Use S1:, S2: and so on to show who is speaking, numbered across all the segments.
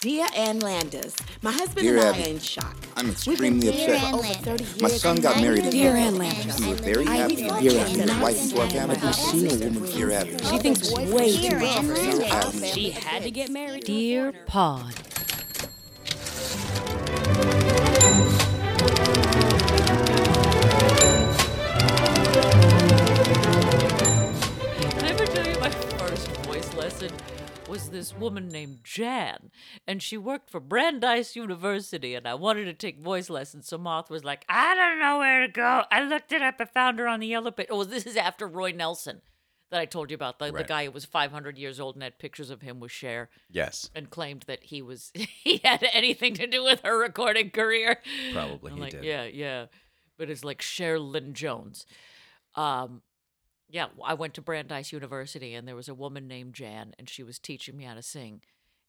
S1: Dear Ann Landis, my husband
S2: Dear
S1: and I
S2: Abby,
S1: are in shock.
S2: I'm
S1: We've been
S2: extremely
S1: together
S2: upset.
S1: for over 30 years.
S2: My son got married
S1: and
S2: in
S3: Dear
S2: April.
S3: Ann Landis.
S2: We were very happy and
S3: Dear
S2: proud.
S3: Ann
S2: His wife
S3: Landis.
S2: is our family.
S3: Have you seen a woman
S2: Dear Abby,
S3: She thinks way too much.
S4: Ann Landis.
S5: She had to get married.
S6: Dear Pod.
S7: Can I ever tell you my first voice lesson was this woman named Jan, and she worked for Brandeis University, and I wanted to take voice lessons. So Moth was like, I don't know where to go. I looked it up. I found her on the yellow page. Oh, this is after Roy Nelson that I told you about, the, the
S8: Right.
S7: guy who was 500 years old and had pictures of him with Cher
S8: Yes,
S7: and claimed that he was he had anything to do with her recording career.
S8: probably
S7: I'm
S8: he
S7: like,
S8: did.
S7: Yeah, yeah. But it's like Cher Lynn Jones. Um, yeah, I went to Brandeis University and there was a woman named Jan and she was teaching me how to sing.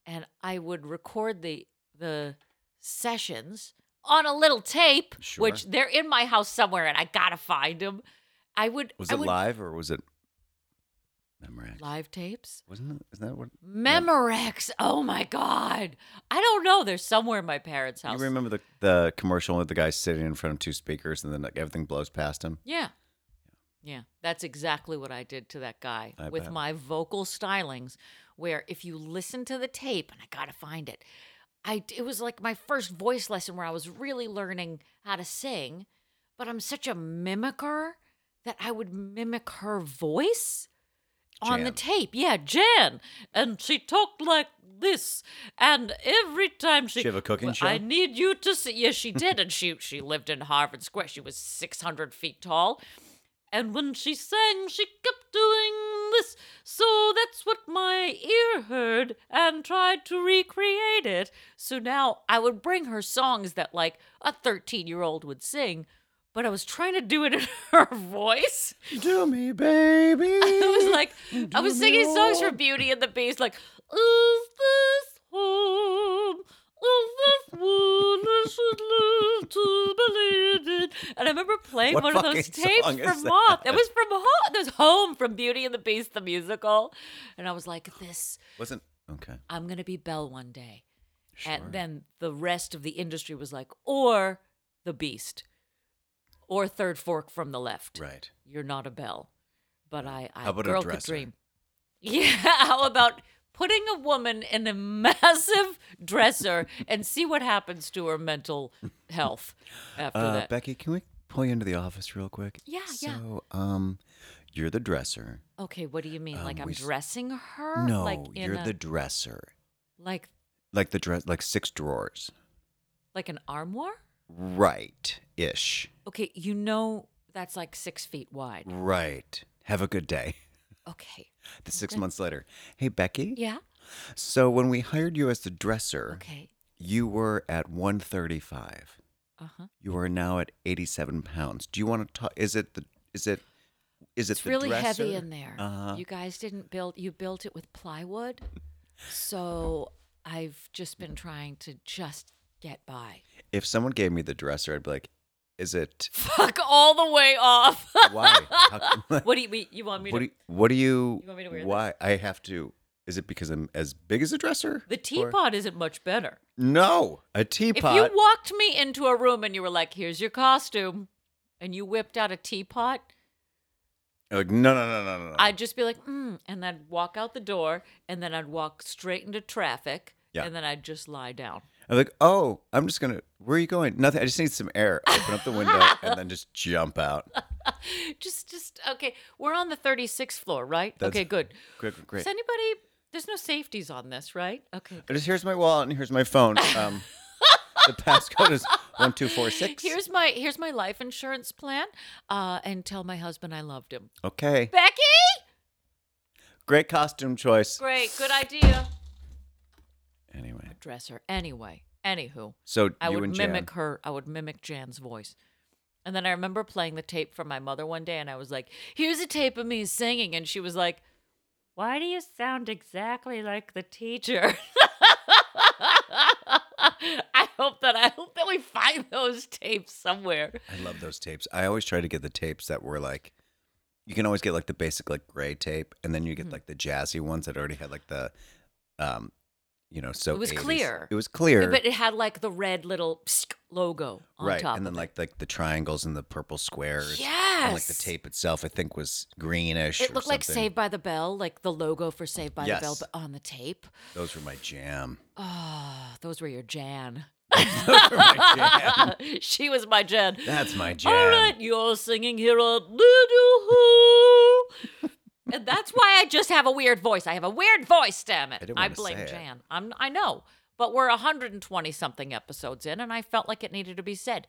S7: And I would record the the sessions on a little tape, which
S8: Sure.
S7: they're in my house somewhere and I gotta find them. I would
S8: Was
S7: I
S8: it
S7: would-
S8: live or was it Memorex?
S7: Live tapes?
S8: Wasn't it? Isn't that what?
S7: Memorex. Oh my god. I don't know. They're somewhere in my parents' house.
S8: You remember the the commercial with the guy sitting in front of two speakers and then like, everything blows past him?
S7: Yeah. Yeah. That's exactly what I did to that guy
S8: I
S7: with
S8: bet.
S7: my vocal stylings, where if you listen to the tape, and I got to find it, I, it was like my first voice lesson where I was really learning how to sing, but I'm such a mimicker that I would mimic her voice on the
S8: Jan.
S7: tape. Yeah, Jan. And she talked like this. And every time she
S8: She have a cooking
S7: Well, I
S8: show?
S7: need you to see. Yes, she did. and she she lived in Harvard Square. She was 600 feet tall. And when she sang, she kept doing this. So that's what my ear heard and tried to recreate it. So now I would bring her songs that like a 13 year old would sing, but I was trying to do it in her voice.
S8: Do me, baby.
S7: I
S8: Mm-hmm.
S7: was like,
S8: Mm,
S7: I was singing songs for Beauty and the Beast, like, Is this home? Is this one I should live to believe it? And I remember playing
S8: What
S7: one of those
S8: fucking
S7: tapes
S8: song is
S7: from
S8: that?
S7: Moth. It was from Home. It was Home from Beauty and the Beast, the musical. And I was like, This,
S8: Wasn't okay.
S7: I'm going to be Belle one day.
S8: Sure.
S7: And then the rest of the industry was like, Or the Beast, or Third Fork from the Left
S8: right.
S7: you're not a belle, but I, I
S8: How about a
S7: girl could
S8: dresser?
S7: dream. Yeah, how about putting a woman in a massive dresser and see what happens to her mental health after
S8: Uh,
S7: that?
S8: Becky, can we pull you into the office real quick?
S7: Yeah, yeah.
S8: So, um, you're the dresser.
S7: okay, what do you mean? like
S8: um,
S7: I'm
S8: we s-
S7: dressing her?
S8: no,
S7: like in
S8: you're
S7: a,
S8: the dresser.
S7: like
S8: Like the dress, like six drawers.
S7: like an armoire.
S8: Right ish.
S7: Okay, you know that's like six feet wide.
S8: Right. Have a good day.
S7: Okay,
S8: The six months later. Hey, Becky.
S7: yeah,
S8: So when we hired you as the dresser,
S7: okay,
S8: you were at 135.
S7: uh huh.
S8: You are now at 87 pounds. Do you want to talk? Is it the? Is it? Is it
S7: It's
S8: the
S7: really heavy
S8: dresser?
S7: in there.
S8: Uh-huh.
S7: You guys didn't build. You built it with plywood, so I've just been trying to just get by.
S8: If someone gave me the dresser, I'd be like, "Is it?
S7: Fuck all the way off.
S8: Why? How come-
S7: what do you mean? You want me
S8: what, do
S7: to?
S8: you, what do you?
S7: You want me to wear this?
S8: why? I have to. Is it because I'm as big as a dresser?
S7: the
S8: Or-
S7: teapot isn't much better.
S8: No, a teapot.
S7: If you walked me into a room and you were like, "Here's your costume," and you whipped out a teapot,
S8: like, no, no, no, no, no, no.
S7: I'd just be like, mm, and then walk out the door, and then I'd walk straight into traffic,
S8: Yeah.
S7: and then I'd just lie down.
S8: I'm like, oh, I'm just gonna. Where are you going? Nothing. I just need some air. Open up the window and then just jump out.
S7: just just okay we're on the 36th floor right
S8: That's-
S7: okay good
S8: Great, great.
S7: is anybody there's no safeties on this right okay
S8: I just here's my wallet and here's my phone. Um, the passcode is one two four six.
S7: here's my here's my life insurance plan uh and tell my husband i loved him
S8: okay.
S7: becky
S8: Great costume choice.
S7: great good idea
S8: Anyway,
S7: dresser anyway anywho
S8: so
S7: i
S8: you
S7: would
S8: and
S7: mimic
S8: Jan.
S7: her i would mimic jan's voice and then i remember playing the tape from my mother one day and i was like here's a tape of me singing and she was like why do you sound exactly like the teacher? I hope that I hope that we find those tapes somewhere.
S8: I love those tapes. I always try to get the tapes that were like, you can always get like the
S7: Hmm.
S8: basic like gray tape, and then you get like the jazzy ones that already had like the, um, you know, so
S7: It was
S8: 80s.
S7: clear.
S8: It was clear.
S7: But it had like the red little logo on
S8: right.
S7: top.
S8: and then
S7: of it.
S8: like like the triangles and the purple squares. And like the
S7: Yes.
S8: tape itself I think was greenish.
S7: It
S8: or
S7: looked like
S8: something.
S7: Saved by the Bell, like the logo for Saved by the Bell,
S8: Yes.
S7: but on the tape.
S8: Those were my jam.
S7: Oh, those were your Jan.
S8: Those were my jam.
S7: she was my Jan.
S8: That's my jam.
S7: All right, you're singing here on Little Who. and that's why I just have a weird voice. I have a weird voice, damn
S8: I
S7: it.
S8: didn't
S7: I,
S8: wanna
S7: blame
S8: say it.
S7: Jan. I'm I know. But we're 120 something episodes in and I felt like it needed to be said.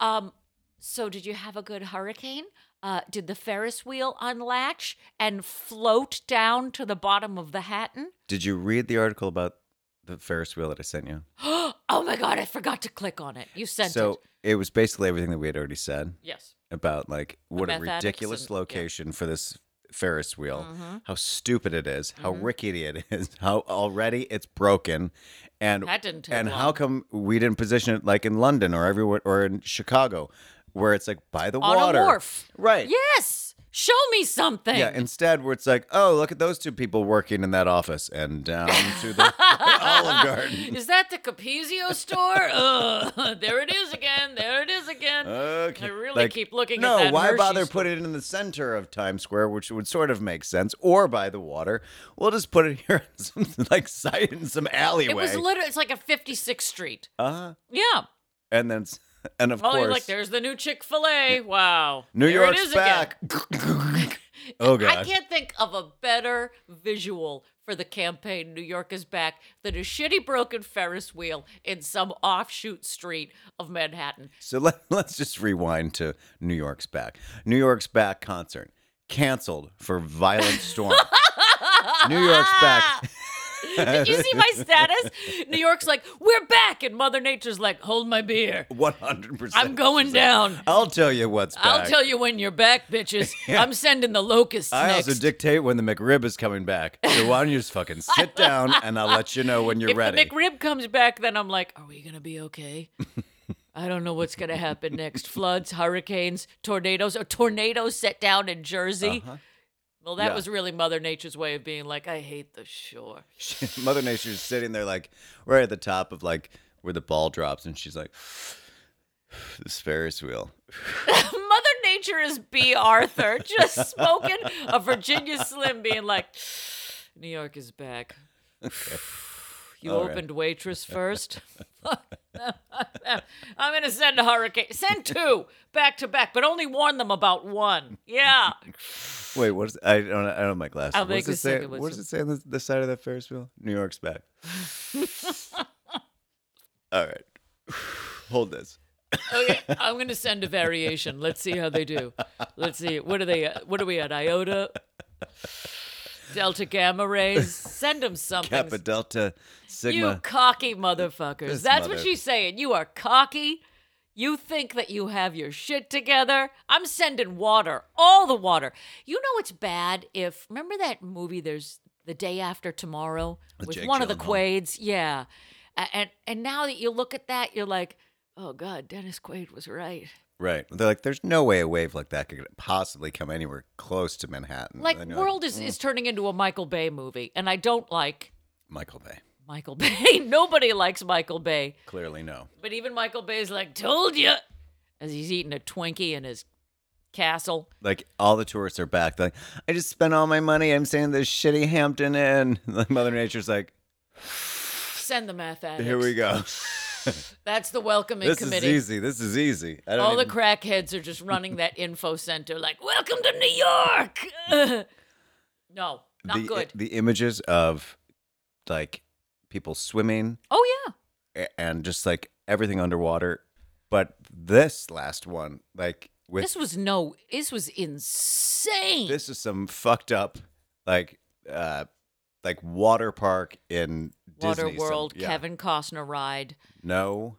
S7: Um so did you have a good hurricane? Uh, did the Ferris wheel unlatch and float down to the bottom of the Hatton?
S8: Did you read the article about the Ferris wheel that I sent you?
S7: oh my god, I forgot to click on it. You sent
S8: so
S7: it.
S8: it was basically everything that we had already said
S7: Yes.
S8: about like what a
S7: meth addicts
S8: ridiculous
S7: and- yeah. Mm-hmm.
S8: location for this Ferris wheel, how stupid it is, how rickety it is, how already it's broken, and
S7: That didn't take
S8: and
S7: long.
S8: how come we didn't position it like in London or everywhere or in Chicago, where it's like by the
S7: On a
S8: water,
S7: wharf.
S8: right?
S7: Yes. Show me something.
S8: Yeah, instead where it's like, oh, look at those two people working in that office and down to the Olive Garden.
S7: Is that the Capizio store? Ugh, there it is again. There it is again.
S8: Okay.
S7: I really
S8: Like,
S7: keep looking
S8: no,
S7: at that.
S8: why
S7: Hershey
S8: bother
S7: store.
S8: putting it in the center of Times Square, which would sort of make sense, or by the water? We'll just put it here in some like side in some alleyway.
S7: It was literally it's like a 56th Street.
S8: uh-huh.
S7: Yeah.
S8: And then s- and of
S7: Oh, you're
S8: course
S7: like there's the new Chick Fil A. Wow.
S8: New
S7: there
S8: York's
S7: it is
S8: back.
S7: Again.
S8: oh god.
S7: I can't think of a better visual for the campaign New York is back than a shitty broken Ferris wheel in some offshoot street of Manhattan.
S8: So let, let's just rewind to New York's Back. New York's Back concert canceled for violent storm. New York's Back.
S7: Did you see my status? New York's like, we're back. And Mother Nature's like, hold my beer.
S8: 100%.
S7: I'm going down.
S8: I'll tell you what's back.
S7: I'll tell you when you're back, bitches. I'm sending the locusts
S8: I
S7: next.
S8: also dictate when the McRib is coming back. So why don't you just fucking sit down and I'll let you know when you're
S7: if
S8: ready.
S7: the McRib comes back, then I'm like, are we gonna be okay? I don't know what's gonna happen next. Floods, hurricanes, tornadoes. A tornado set down in Jersey. Well, that
S8: Uh-huh. Yeah.
S7: was really Mother Nature's way of being like, I hate the shore.
S8: Mother Nature's sitting there like right at the top of like where the ball drops and she's like this Ferris wheel.
S7: Mother Nature is B. Arthur, just smoking a Virginia Slim, being like, New York is back. You
S8: All right.
S7: opened waitress first. I'm gonna send a hurricane. Send two back to back, but only warn them about one. Yeah.
S8: Wait, what is I don't I don't have my glasses.
S7: I'll
S8: What
S7: make
S8: does
S7: a
S8: it say?
S7: second one,
S8: What does
S7: so-
S8: it say on the, the side of that Ferris wheel? New York's back. All right. Hold this.
S7: Okay. I'm gonna send a variation. Let's see how they do. Let's see. What are they? at? What are we at? Iota. Delta gamma rays. Send them something.
S8: Kappa Delta Sigma.
S7: You cocky motherfuckers.
S8: This
S7: That's
S8: mother-
S7: what she's saying. You are cocky. You think that you have your shit together. I'm sending water, all the water. You know it's bad if remember that movie there's The Day After Tomorrow
S8: With
S7: with
S8: Jake
S7: one of the
S8: Gyllenhaal.
S7: Quaids. Yeah. A- And and now that you look at that, you're like, "Oh god, Dennis Quaid was right."
S8: Right. They're like, there's no way a wave like that could possibly come anywhere close to Manhattan.
S7: Like
S8: And you're
S7: world is is turning into a Michael Bay movie, and I don't like
S8: Michael Bay.
S7: Michael Bay. Nobody likes Michael Bay.
S8: Clearly, no.
S7: But even Michael Bay's like, told you, as he's eating a Twinkie in his castle.
S8: Like all the tourists are back. They're like, I just spent all my money. I'm staying at this shitty Hampton Inn. Like Mother Nature's like,
S7: Send the math addicts.
S8: here we go.
S7: That's the welcoming
S8: this
S7: committee.
S8: is easy. This is easy. I don't
S7: All the
S8: even-
S7: crackheads are just running that info center, like, welcome to New York. no, not
S8: the,
S7: good.
S8: The images of like people swimming
S7: oh yeah,
S8: a- and just like everything underwater. But this last one, like with
S7: this was no, this was insane.
S8: this is some fucked up like uh like water park in
S7: Water
S8: Disney, some-
S7: World,
S8: yeah.
S7: Kevin Costner ride.
S8: No,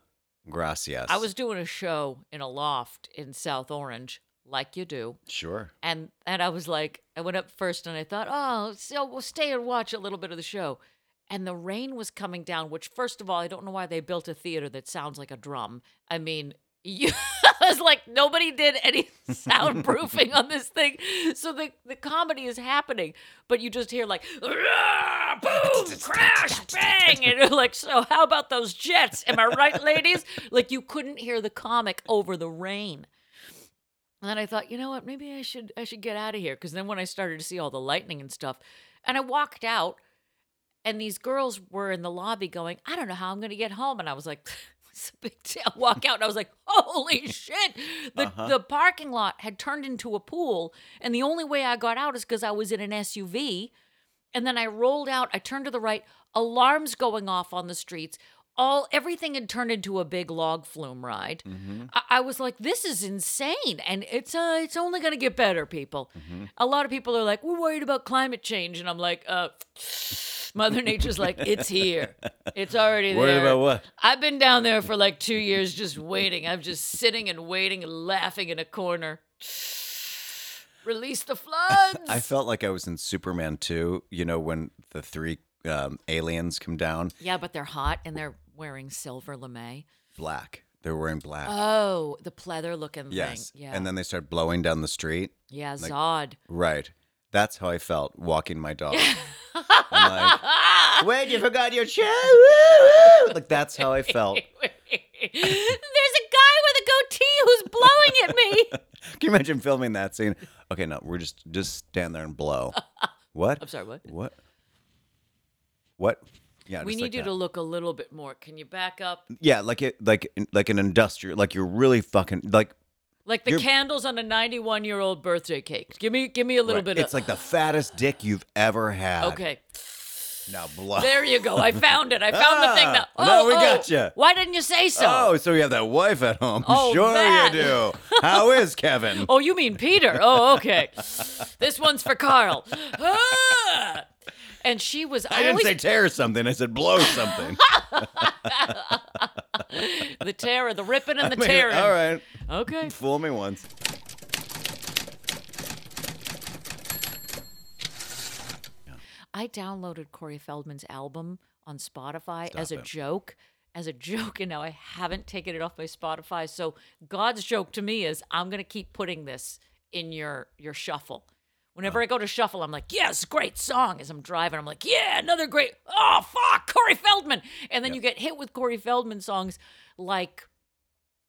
S8: gracias.
S7: I was doing a show in a loft in South Orange, like you do.
S8: sure.
S7: and and I was like, I went up first, and I thought, oh, so we'll stay and watch a little bit of the show. And the rain was coming down, which, first of all, I don't know why they built a theater that sounds like a drum. I mean, you, because like nobody did any soundproofing on this thing. So the, the comedy is happening, but you just hear like "Rah, boom, crash, bang, and you're like, so how about those jets? Am I right, ladies? Like you couldn't hear the comic over the rain. And then I thought, you know what? Maybe I should I should get out of here because then when I started to see all the lightning and stuff, and I walked out, and these girls were in the lobby going, I don't know how I'm going to get home, and I was like, it's a big deal. I Walk out, and I was like, holy shit! The the parking lot had turned into a pool, and the only way I got out is because I was in an SUV. And then I rolled out, I turned to the right, alarms going off on the streets. All everything had turned into a big log flume ride.
S8: Mm-hmm.
S7: I, I was like, this is insane. And it's uh it's only gonna get better, people.
S8: Mm-hmm.
S7: A lot of people are like, we're worried about climate change. And I'm like, uh Mother Nature's like, it's here. It's already
S8: Worried
S7: there.
S8: about what?
S7: I've been down there for like two years just waiting. I'm just sitting and waiting and laughing in a corner. Release the floods.
S8: I felt like I was in Superman 2, you know, when the three um, aliens come down
S7: Yeah, but they're hot and they're wearing silver lame.
S8: black. They're wearing black.
S7: Oh, the pleather looking
S8: Uh, yes.
S7: thing. Yeah.
S8: And then they start blowing down the street.
S7: yeah, Zod.
S8: Right. That's how I felt walking my dog. I'm like, wait, you forgot your chair. Woo, woo." Like, that's how I felt.
S7: There's a guy with a goatee who's blowing at me.
S8: Can you imagine filming that scene? Okay, no, we're just just stand there and blow. What?
S7: I'm sorry, what?
S8: What? What? Yeah,
S7: we
S8: just
S7: need
S8: like
S7: you
S8: that.
S7: to look a little bit more. Can you back up?
S8: Yeah, like it, like like an industrial, like you're really fucking like.
S7: Like the
S8: You're-
S7: candles on a 91 year old birthday cake. Give me, give me a little
S8: right,
S7: bit.
S8: It's
S7: of,
S8: like the fattest dick you've ever had.
S7: okay.
S8: now blow.
S7: There you go. I found it. I found the thing. That,
S8: Ah, now
S7: oh,
S8: we
S7: oh,
S8: gotcha.
S7: Why didn't you say so?
S8: Oh, so you have that wife at home?
S7: Oh,
S8: sure
S7: that.
S8: you do. How is Kevin?
S7: Oh, you mean Peter? Oh, okay. this one's for Carl. Ah! And she was. I,
S8: I didn't
S7: always,
S8: say tear something. I said blow something.
S7: the terror, the ripping and the
S8: I mean,
S7: tearing.
S8: All right,
S7: Okay.
S8: fool me once.
S7: I downloaded Corey Feldman's album on Spotify as a
S8: it.
S7: joke, as a joke, and now I haven't taken it off my Spotify. So God's joke to me is I'm gonna keep putting this in your your shuffle. Whenever I go to shuffle, I'm like, yes, great song. As I'm driving, I'm like, yeah, another great. Oh fuck, Corey Feldman. And then you get hit with Corey Feldman songs like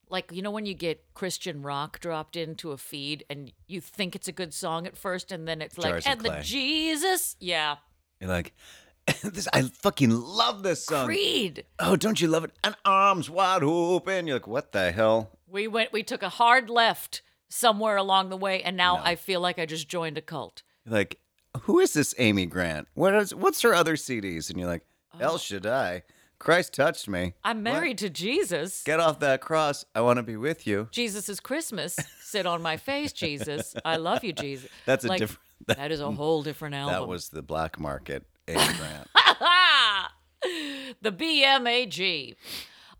S7: like you know when you get Christian rock dropped into a feed and you think it's a good song at first and then it's like
S8: Jars of
S7: and the
S8: Clay.
S7: Jesus yeah
S8: You're like, this. I fucking love this song.
S7: Creed.
S8: Oh, don't you love it? And arms wide open. You're like, what the hell?
S7: We went. We took a hard left somewhere along the way, and now I feel like I just joined a cult.
S8: You're like, who is this Amy Grant? What is? What's her other CDs? And you're like,
S7: Oh.
S8: El Shaddai. Christ touched me.
S7: I'm
S8: What?
S7: married to Jesus.
S8: Get off that cross. I want to be with you.
S7: Jesus is Christmas. Sit on my face, Jesus. I love you, Jesus.
S8: That's a different-
S7: that is a whole different album.
S8: That was the black market Amy Grant.
S7: the BMAG.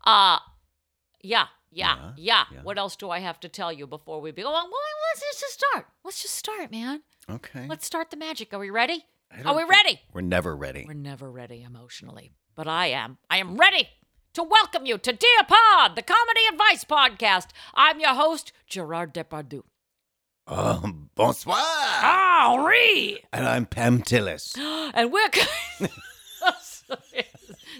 S7: Uh yeah, yeah, yeah, What else do I have to tell you before we be? Well, well, let's let's just start. Let's just start, man.
S8: Okay.
S7: Let's start the magic. Are we ready?
S8: I
S7: Are
S8: don't
S7: we
S8: think-
S7: ready?
S8: We're never ready.
S7: We're never ready emotionally, but I am. I am ready to welcome you to Dear Pod, the comedy advice podcast. I'm your host, Gerard Depardieu.
S8: Um, bonsoir.
S7: Ah! Henri!
S8: And I'm Pam Tillis.
S7: And we're.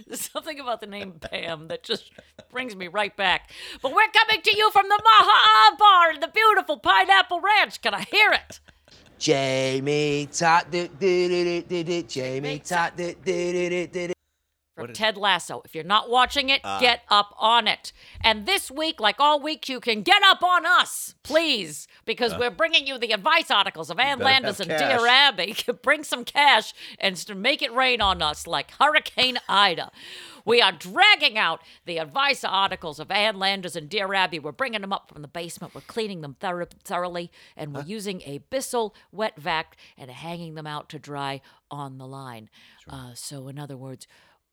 S7: There's something about the name Pam that just brings me right back. But we're coming to you from the Maha Bar in the beautiful Pineapple Ranch. Can I hear it?
S4: Jamie Tot, did did it, did it, Jamie Tot, did did it, did it.
S7: from Ted Lasso. If you're not watching it,
S8: Ah.
S7: get up on it. And this week, like all week, you can get up on us, please, because we're bringing you the advice articles of Ann
S8: Ah. better have
S7: Landis and
S8: cash.
S7: Dear Abby. Bring some cash and s- make it rain on us like Hurricane Ida. We are dragging out the advice articles of Ann Landers and Dear Abby. We're bringing them up from the basement. We're cleaning them thorough- thoroughly, and we're using a Bissell wet vac and hanging them out to dry on the line. Uh, so, in other words,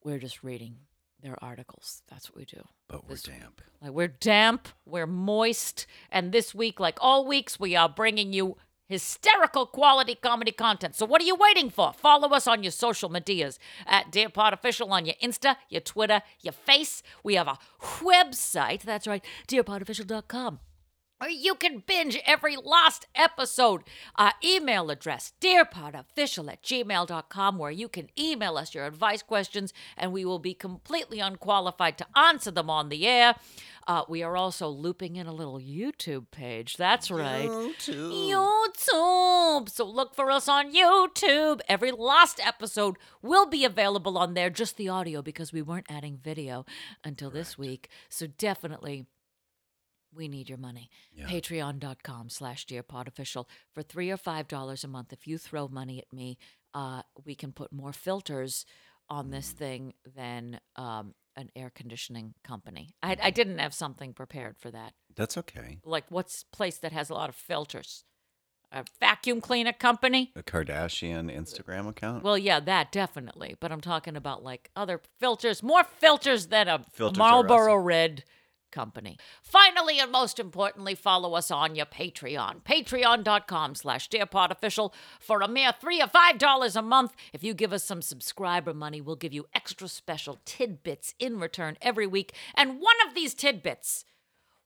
S7: we're just reading their articles. That's what we do.
S8: But we're damp.
S7: Like we're damp, we're moist, and this week, like all weeks, we are bringing you hysterical quality comedy content. So what are you waiting for? Follow us on your social medias at Dear Pod Official on your Insta, your Twitter, your Face. We have a website. That's right, dearpodofficial.com. Or you can binge every lost episode. Our email address, dearpodofficial at gmail.com, where you can email us your advice questions and we will be completely unqualified to answer them on the air. Uh, we are also looping in a little YouTube page. That's right. YouTube. So look for us on YouTube. Every last episode will be available on there, just the audio, because we weren't adding video until this week. So definitely we need your money. Patreon.com slash dearpodofficial for three or five dollars a month. If you throw money at me, uh, we can put more filters on this thing than um, an air conditioning company. I, I didn't have something prepared for that.
S8: That's okay.
S7: Like what's place that has a lot of filters? A vacuum cleaner company?
S8: The Kardashian Instagram account.
S7: Well, yeah, that definitely. But I'm talking about like other filters, more filters than a
S8: Filters are
S7: Marlboro
S8: awesome.
S7: Red company. Finally, and most importantly, follow us on your Patreon, patreon.com slash dearpodofficial. For a mere three or five dollars a month, if you give us some subscriber money, we'll give you extra special tidbits in return every week. And one of these tidbits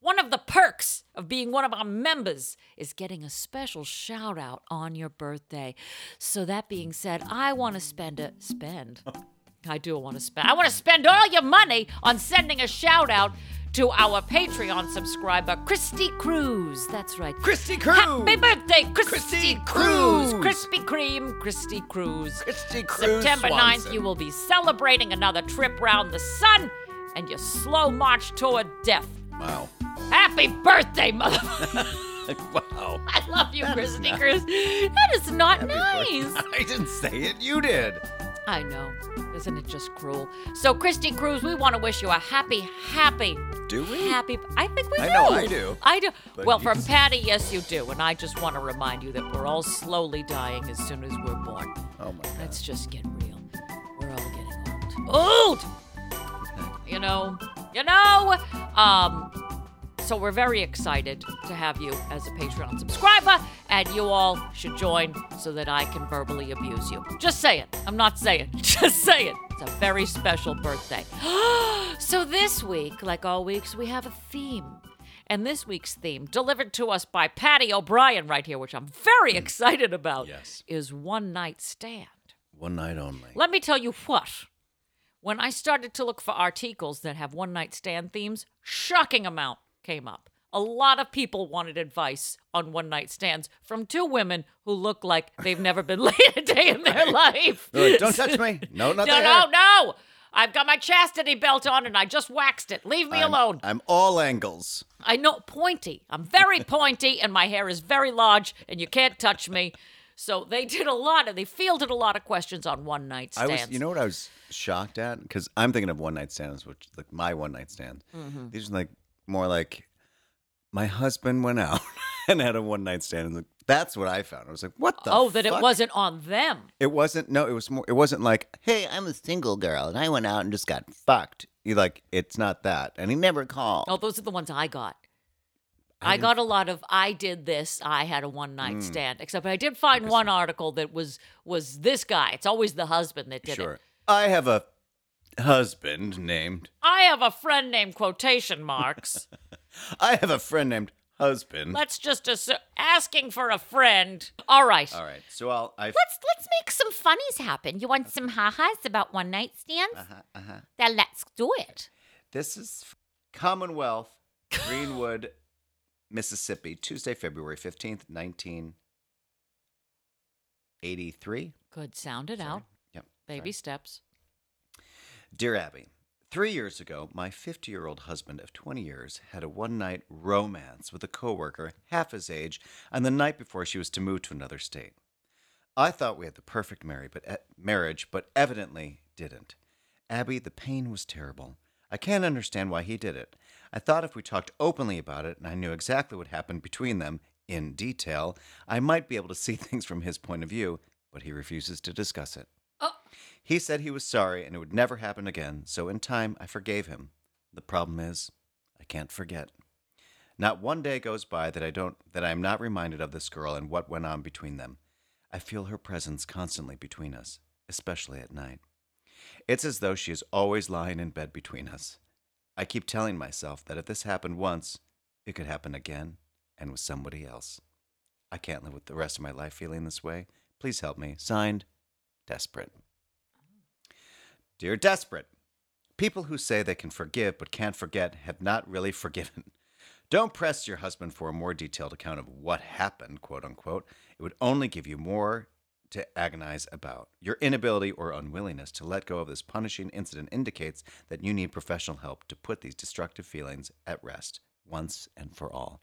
S7: one of the perks of being one of our members is getting a special shout out on your birthday. So that being said, I want to spend a spend. I do want to spend. I want to spend all your money on sending a shout out to our Patreon subscriber, Christy Cruz. That's right.
S4: Christy Cruz.
S7: Happy birthday, Christy,
S4: Christy
S7: Cruz.
S4: Cruz.
S7: Krispy Kreme, Christy Cruz.
S4: Christy Cruz
S7: September 9th,
S4: Swanson.
S7: you will be celebrating another trip round the sun and your slow march toward death.
S8: wow.
S7: Happy birthday, motherfucker!
S8: wow.
S7: I love you, Christy Cruz. That is not nice.
S8: I didn't say it. You did.
S7: I know. Isn't it just cruel? So, Christy Cruz, we want to wish you a happy, happy,
S8: Do we?
S7: happy. I think we
S8: I
S7: do.
S8: know I do.
S7: I do.
S8: But
S7: well,
S8: you
S7: from
S8: just-
S7: Patty, yes, you do. And I just want to remind you that we're all slowly dying as soon as we're born.
S8: Oh my god.
S7: Let's just get real. We're all getting old. Old! You know, you know. Um, so we're very excited to have you as a Patreon subscriber, and you all should join so that I can verbally abuse you. Just say it. I'm not saying. Just say it. It's a very special birthday. so this week, like all weeks, we have a theme. And this week's theme, delivered to us by Patty O'Brien right here, which I'm very excited about,
S8: Yes.
S7: is One Night Stand.
S8: One night only.
S7: Let me tell you what. When I started to look for articles that have one night stand themes, shocking amount came up. A lot of people wanted advice on one night stands from two women who look like they've never been laid a day in their life.
S8: They're like, Don't touch me. No, not
S7: no,
S8: the
S7: no,
S8: hair.
S7: no. I've got my chastity belt on and I just waxed it. Leave me alone.
S8: I'm all angles.
S7: I know pointy. I'm very pointy, and my hair is very large, and you can't touch me. So they did a lot of they fielded a lot of questions on one night
S8: I
S7: stands.
S8: was, you know what I was shocked at? Because I'm thinking of one night stands, which like my one night stands.
S7: Mm-hmm.
S8: These are like more like my husband went out and had a one night stand. And like, that's what I found. I was like, what the?
S7: oh, that it
S8: fuck?
S7: wasn't on them.
S8: It wasn't. No, it was more. It wasn't like, hey, I'm a single girl and I went out and just got fucked. You like, it's not that. And he never called.
S7: Oh, those are the ones I got. I, got a lot of I did this, I had a one night
S8: Mm.
S7: stand. Except I did find one article that was was this guy. It's always the husband that did
S8: sure.
S7: it.
S8: I have a husband named.
S7: I have a friend named quotation marks.
S8: I have a friend named husband.
S7: Let's just assu- asking for a friend. All right.
S8: all right. So I'll. I,
S7: Let's let's make some funnies happen. You want some ha-has about one night stands? Uh-huh, Then let's do it.
S8: This is f- Commonwealth, Greenwood, Mississippi, Tuesday, February 15th, 1983.
S7: Good, sound it out.
S8: Yep.
S7: Baby steps.
S8: Dear Abby, three years ago, my 50 year old husband of 20 years had a one night romance with a coworker half his age on the night before she was to move to another state. I thought we had the perfect marry, but e- marriage, but evidently didn't. Abby, the pain was terrible. I can't understand why he did it. I thought if we talked openly about it and I knew exactly what happened between them in detail, I might be able to see things from his point of view, but he refuses to discuss it. He said he was sorry and it would never happen again, so in time I forgave him. The problem is, I can't forget. Not one day goes by that I don't that I am not reminded of this girl and what went on between them. I feel her presence constantly between us, especially at night. It's as though she is always lying in bed between us. I keep telling myself that if this happened once, it could happen again and with somebody else. I can't live with the rest of my life feeling this way. Please help me. Signed, Desperate. Dear Desperate, people who say they can forgive but can't forget have not really forgiven. Don't press your husband for a more detailed account of what happened, quote unquote. It would only give you more to agonize about. Your inability or unwillingness to let go of this punishing incident indicates that you need professional help to put these destructive feelings at rest once and for all.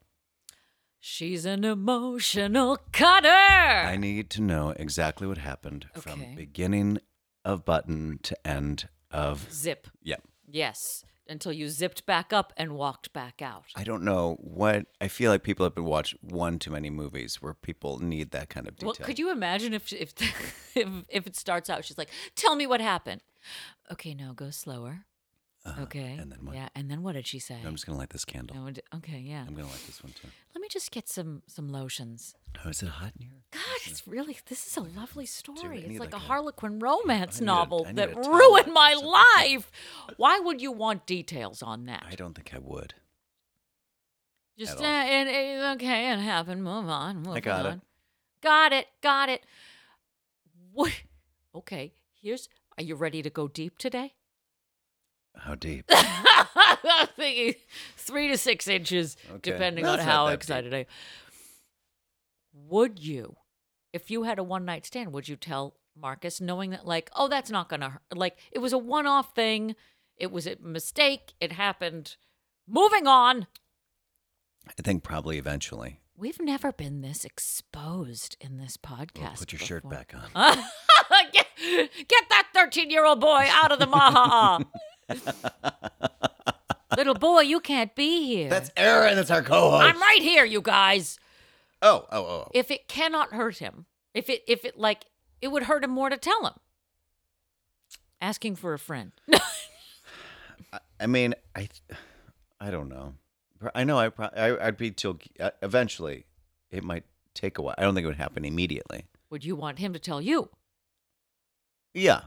S7: She's an emotional cutter.
S8: I need to know exactly what happened from
S7: Ah. Okay.
S8: beginning of button to end of.
S7: Zip.
S8: Yeah.
S7: Yes. Until you zipped back up and walked back out.
S8: I don't know what. I feel like people have been watched one too many movies where people need that kind of detail.
S7: Well, could you imagine if if if if it starts out, she's like, "Tell me what happened." Okay, now go slower. okay.
S8: Uh-huh. and then what?
S7: Yeah, and then what did she say?
S8: I'm just going to light this candle.
S7: And what- okay, Oh, yeah.
S8: I'm going to light this one too.
S7: Let me just get some some lotions.
S8: Oh, is it hot in here?
S7: God, it's really this is a lovely story.
S8: need
S7: It's like
S8: like
S7: a
S8: a-
S7: Harlequin romance
S8: I need a-
S7: novel
S8: I need
S7: that
S8: a towel
S7: ruined
S8: or
S7: my
S8: something.
S7: life. Why would you want details on that?
S8: I don't think I would.
S7: Just
S8: at
S7: uh,
S8: all.
S7: it, it- okay, it happened. Move on. Move
S8: got it.
S7: on. Got it. Got it. What? Okay. Here's. Are you ready to go deep today?
S8: How deep?
S7: I'm thinking three to six inches,
S8: Okay.
S7: depending
S8: That's
S7: on
S8: not
S7: how
S8: that deep.
S7: excited I am. Would you, if you had a one night stand, would you tell Marcus, knowing that, like, oh, that's not going to hurt? Like, it was a one off thing. It was a mistake. It happened. Moving on.
S8: I think probably eventually.
S7: We've never been this exposed in this podcast.
S8: Well, put your shirt
S7: before. Oh,
S8: back on.
S7: get, get that 13 year old boy out of the Maha. Little boy, you can't be here.
S8: That's Aaron. That's our co-host.
S7: I'm right here, you guys.
S8: Oh, oh, oh, oh.
S7: If it cannot hurt him, if it, if it, like, it would hurt him more to tell him. Asking for a friend.
S8: I mean, I, th- I don't know. Pro- I know. I, pro- I I'd be till uh, eventually. It might take a while. I don't think it would happen immediately.
S7: Would you want him to tell you?
S8: Yeah.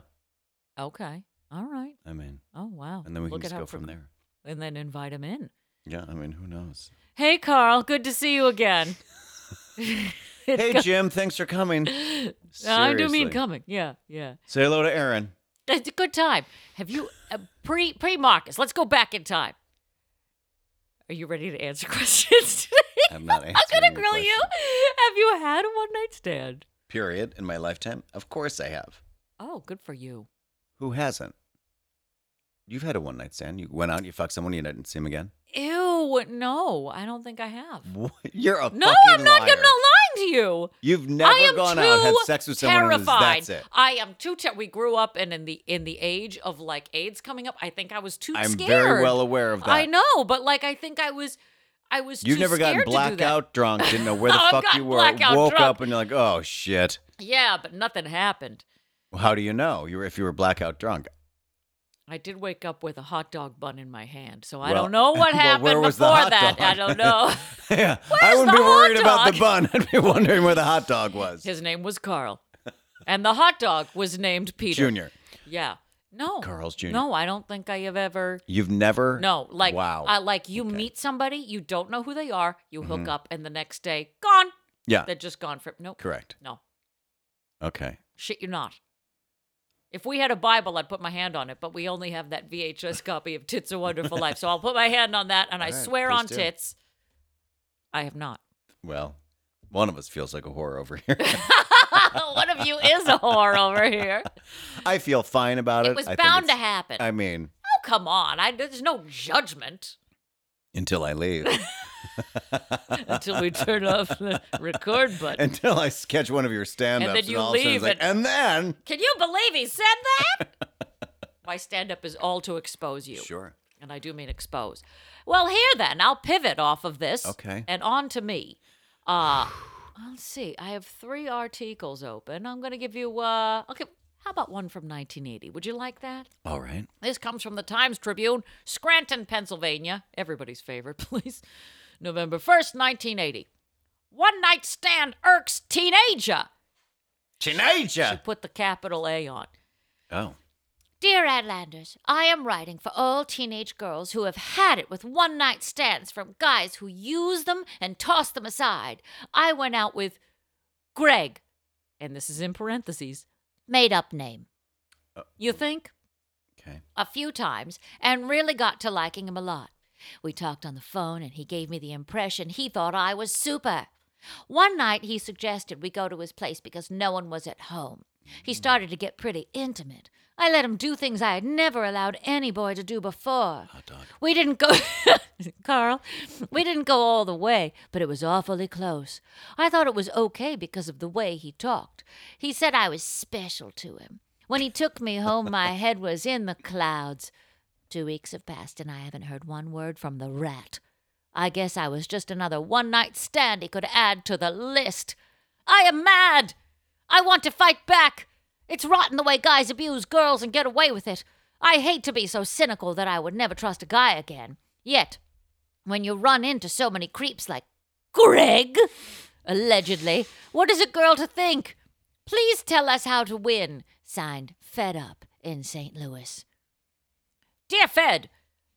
S7: Okay. All right.
S8: I mean,
S7: Oh, wow.
S8: and then we
S7: Look
S8: can just
S7: at how
S8: go from
S7: pro-
S8: there.
S7: And then invite him in.
S8: Yeah. I mean, who knows?
S7: Hey, Carl. Good to see you again.
S8: hey, Jim. Thanks for coming.
S7: I do mean
S8: Seriously.
S7: coming. Yeah, yeah.
S8: Say hello to Aaron.
S7: It's a good time. Have you uh, pre pre Marcus? Let's go back in time. Are you ready to answer questions today?
S8: I'm not
S7: I'm gonna
S8: answering your
S7: grill you. Have you had a one night stand?
S8: Period. In my lifetime, of course I have.
S7: Oh, good for you.
S8: Who hasn't? You've had a one night stand. You went out, you fucked someone, you didn't see him again.
S7: Ew, no, I don't think I have.
S8: What? You're
S7: No,
S8: a fucking
S7: I'm not.
S8: liar.
S7: I'm not lying to you.
S8: You've never
S7: I am
S8: gone
S7: too
S8: out, had sex with someone, and
S7: terrified.
S8: that's it.
S7: I am too. Ter- we grew up, and in the in the age of like AIDS coming up, I think I was too
S8: I'm
S7: scared.
S8: very well aware of that.
S7: I know, but like I think I was, I was.
S8: You've
S7: too
S8: never gotten
S7: scared to do that.
S8: blackout drunk, didn't know where the
S7: Oh, I've
S8: fuck
S7: gotten
S8: you were,
S7: blackout
S8: woke
S7: drunk.
S8: up and you're like, oh shit.
S7: Yeah, but nothing happened.
S8: Well, How do you know you were if you were blackout drunk?
S7: I did wake up with a hot dog bun in my hand, so I
S8: Well-
S7: don't know what
S8: well,
S7: happened
S8: where was the
S7: before
S8: hot
S7: that.
S8: dog?
S7: I don't know.
S8: yeah, I
S7: Where's the
S8: wouldn't be
S7: hot
S8: worried about
S7: dog?
S8: the bun. I'd be wondering where the hot dog was.
S7: His name was Carl, and the hot dog was named Peter
S8: Junior,
S7: Yeah, no,
S8: Carl's Junior.
S7: No, I don't think I have ever.
S8: you've never.
S7: No, like
S8: wow.
S7: uh, like you meet somebody, you don't know who they are, you hook up, and the next day gone.
S8: Mm-hmm. yeah,
S7: They're just gone for nope.
S8: correct.
S7: No,
S8: Okay.
S7: Shit, you're not. If we had a Bible, I'd put my hand on it, but we only have that VHS copy of Tits a Wonderful Life. So I'll put my hand on that and I
S8: All right,
S7: swear
S8: please
S7: on
S8: do.
S7: tits, I have not.
S8: Well, one of us feels like a whore over here.
S7: One of you is a whore over here.
S8: I feel fine about it.
S7: It was
S8: I think
S7: bound to
S8: it's-
S7: happen.
S8: I mean,
S7: oh, come on. I, there's no judgment
S8: until I leave,
S7: until we turn off the record button.
S8: until I sketch one of your stand-ups,
S7: And then you
S8: all of a sudden it's
S7: leave
S8: like, and then
S7: Can you believe he said that? My stand up is all to expose you.
S8: sure.
S7: And I do mean expose. Well, here then, I'll pivot off of this.
S8: Okay.
S7: And on to me. Uh, let's see. I have three articles open. I'm going to give you, uh, okay, how about one from 1980? Would you like that?
S8: All right.
S7: This comes from the Times Tribune, Scranton, Pennsylvania. Everybody's favorite, please. November 1st, 1980. One night stand irks teenager.
S8: Teenager.
S7: Put the capital A on.
S8: Oh,
S7: Dear Adlanders, I am writing for all teenage girls who have had it with one night stands from guys who use them and toss them aside. I went out with Greg, and this is in parentheses, made up name. You think?
S8: Okay.
S7: a few times and really got to liking him a lot. We talked on the phone and he gave me the impression he thought I was super. One night he suggested we go to his place because no one was at home. He started to get pretty intimate. I let him do things I had never allowed any boy to do before. We didn't go, Carl, we didn't go all the way, but it was awfully close. I thought it was okay because of the way he talked. He said I was special to him. When he took me home, my head was in the clouds. Two weeks have passed and I haven't heard one word from the rat. I guess I was just another one night stand he could add to the list. I am mad! I want to fight back! It's rotten the way guys abuse girls and get away with it. I hate to be so cynical that I would never trust a guy again. Yet, when you run into so many creeps like Greg, allegedly, what is a girl to think? Please tell us how to win. Signed, Fed Up in St. Louis. Dear Fed,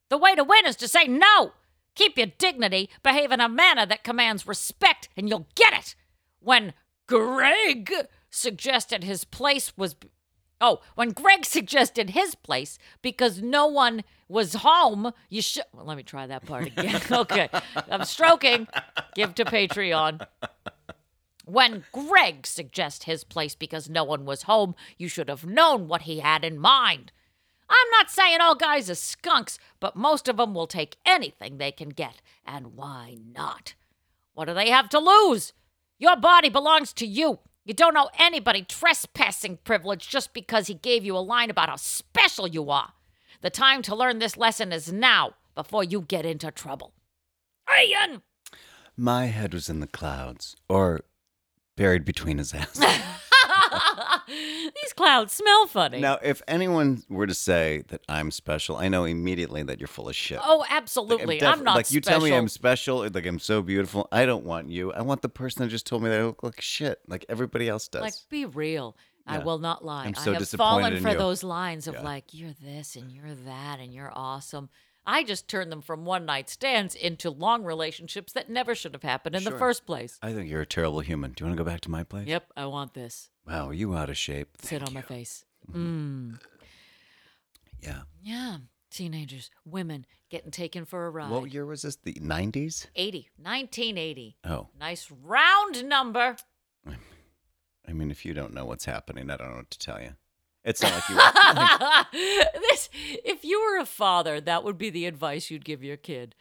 S7: the way to win is to say no. Keep your dignity, behave in a manner that commands respect, and you'll get it. When Greg suggested his place was. Oh, when Greg suggested his place because no one was home, you should. Well, let me try that part again. okay. I'm stroking. Give to Patreon. When Greg suggested his place because no one was home, you should have known what he had in mind. I'm not saying all guys are skunks, but most of 'em will take anything they can get, and why not? What do they have to lose? Your body belongs to you. You don't owe anybody trespassing privilege just because he gave you a line about how special you are. The time to learn this lesson is now, before you get into trouble. Ian!
S8: My head was in the clouds, or buried between his ass.
S7: These clouds smell funny.
S8: now, if anyone were to say that I'm special, I know immediately that you're full of shit.
S7: Oh, absolutely.
S8: Def-
S7: I'm not
S8: like you
S7: special.
S8: tell me I'm special, or, like I'm so beautiful. I don't want you. I want the person that just told me that I look like shit, like everybody else does.
S7: Like, be real. I
S8: Yeah.
S7: will not lie.
S8: I'm
S7: I
S8: so
S7: have
S8: disappointed
S7: fallen
S8: in
S7: for
S8: you.
S7: those lines of
S8: Yeah.
S7: like, you're this and you're that and you're awesome. I just turned them from one night stands into long relationships that never should have happened in the
S8: Sure.
S7: first place.
S8: I think you're a terrible human. Do you want to go back to my place?
S7: Yep, I want this.
S8: Wow, are you out of shape?
S7: Sit on my face. Mm.
S8: Yeah.
S7: Yeah. Teenagers, women getting taken for a ride.
S8: What year was this? The 90s?
S7: 80, 1980.
S8: Oh,
S7: Nice round number.
S8: I mean, if you don't know what's happening, I don't know what to tell you. It's not like you. like,
S7: this if you were a father, that would be the advice you'd give your kid.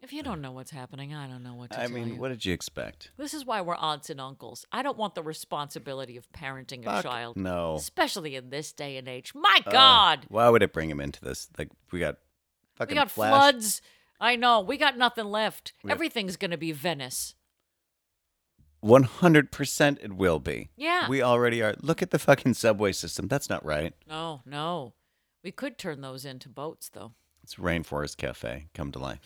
S7: If you don't know what's happening, I don't know what to
S8: I
S7: tell
S8: mean,
S7: you.
S8: what did you expect?
S7: This is why we're aunts and uncles. I don't want the responsibility of parenting a
S8: Fuck
S7: child,
S8: No.
S7: especially in this day and age. My
S8: Ugh,
S7: God,
S8: Oh, why would it bring him into this? Like, we got fucking
S7: we got
S8: Flash.
S7: floods. I know we got nothing left.
S8: We got-
S7: Everything's gonna be Venice.
S8: 100% it will be.
S7: Yeah.
S8: We already are. Look at the fucking subway system. That's not right.
S7: No, no, we could turn those into boats, though.
S8: It's Rainforest Cafe. Come to life.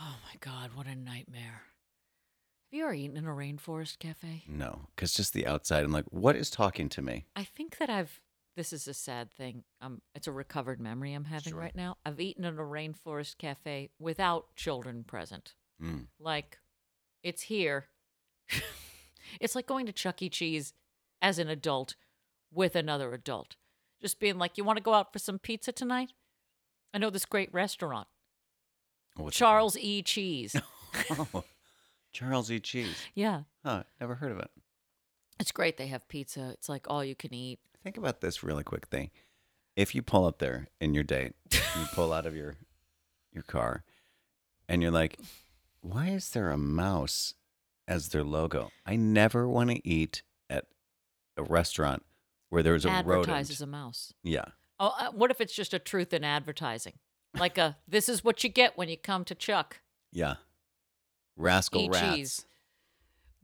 S7: Oh my God, what a nightmare! Have you ever eaten in a rainforest cafe?
S8: No, because just the outside, I'm like, what is talking to me?
S7: I think that I've. This is a sad thing. Um, it's a recovered memory I'm having
S8: Sure.
S7: right now. I've eaten in a rainforest cafe without children present.
S8: Mm.
S7: Like, it's here. it's like going to Chuck E. Cheese as an adult with another adult. Just being like, you want to go out for some pizza tonight? I know this great restaurant,
S8: What's it called?
S7: Charles E. Cheese.
S8: Oh, Charles E. Cheese.
S7: yeah,
S8: Huh, never heard of it.
S7: it's great. They have pizza. It's like all you can eat.
S8: Think about this really quick thing. If you pull up there in your date, you pull out of your your car and you're like, why is there a mouse as their logo? I never want to eat at a restaurant where there's a rodent.
S7: Advertises a mouse.
S8: yeah.
S7: Oh, uh, what if it's just a truth in advertising? Like a this is what you get when you come to Chuck.
S8: Yeah. Rascal
S7: Eat
S8: rats.
S7: E. cheese.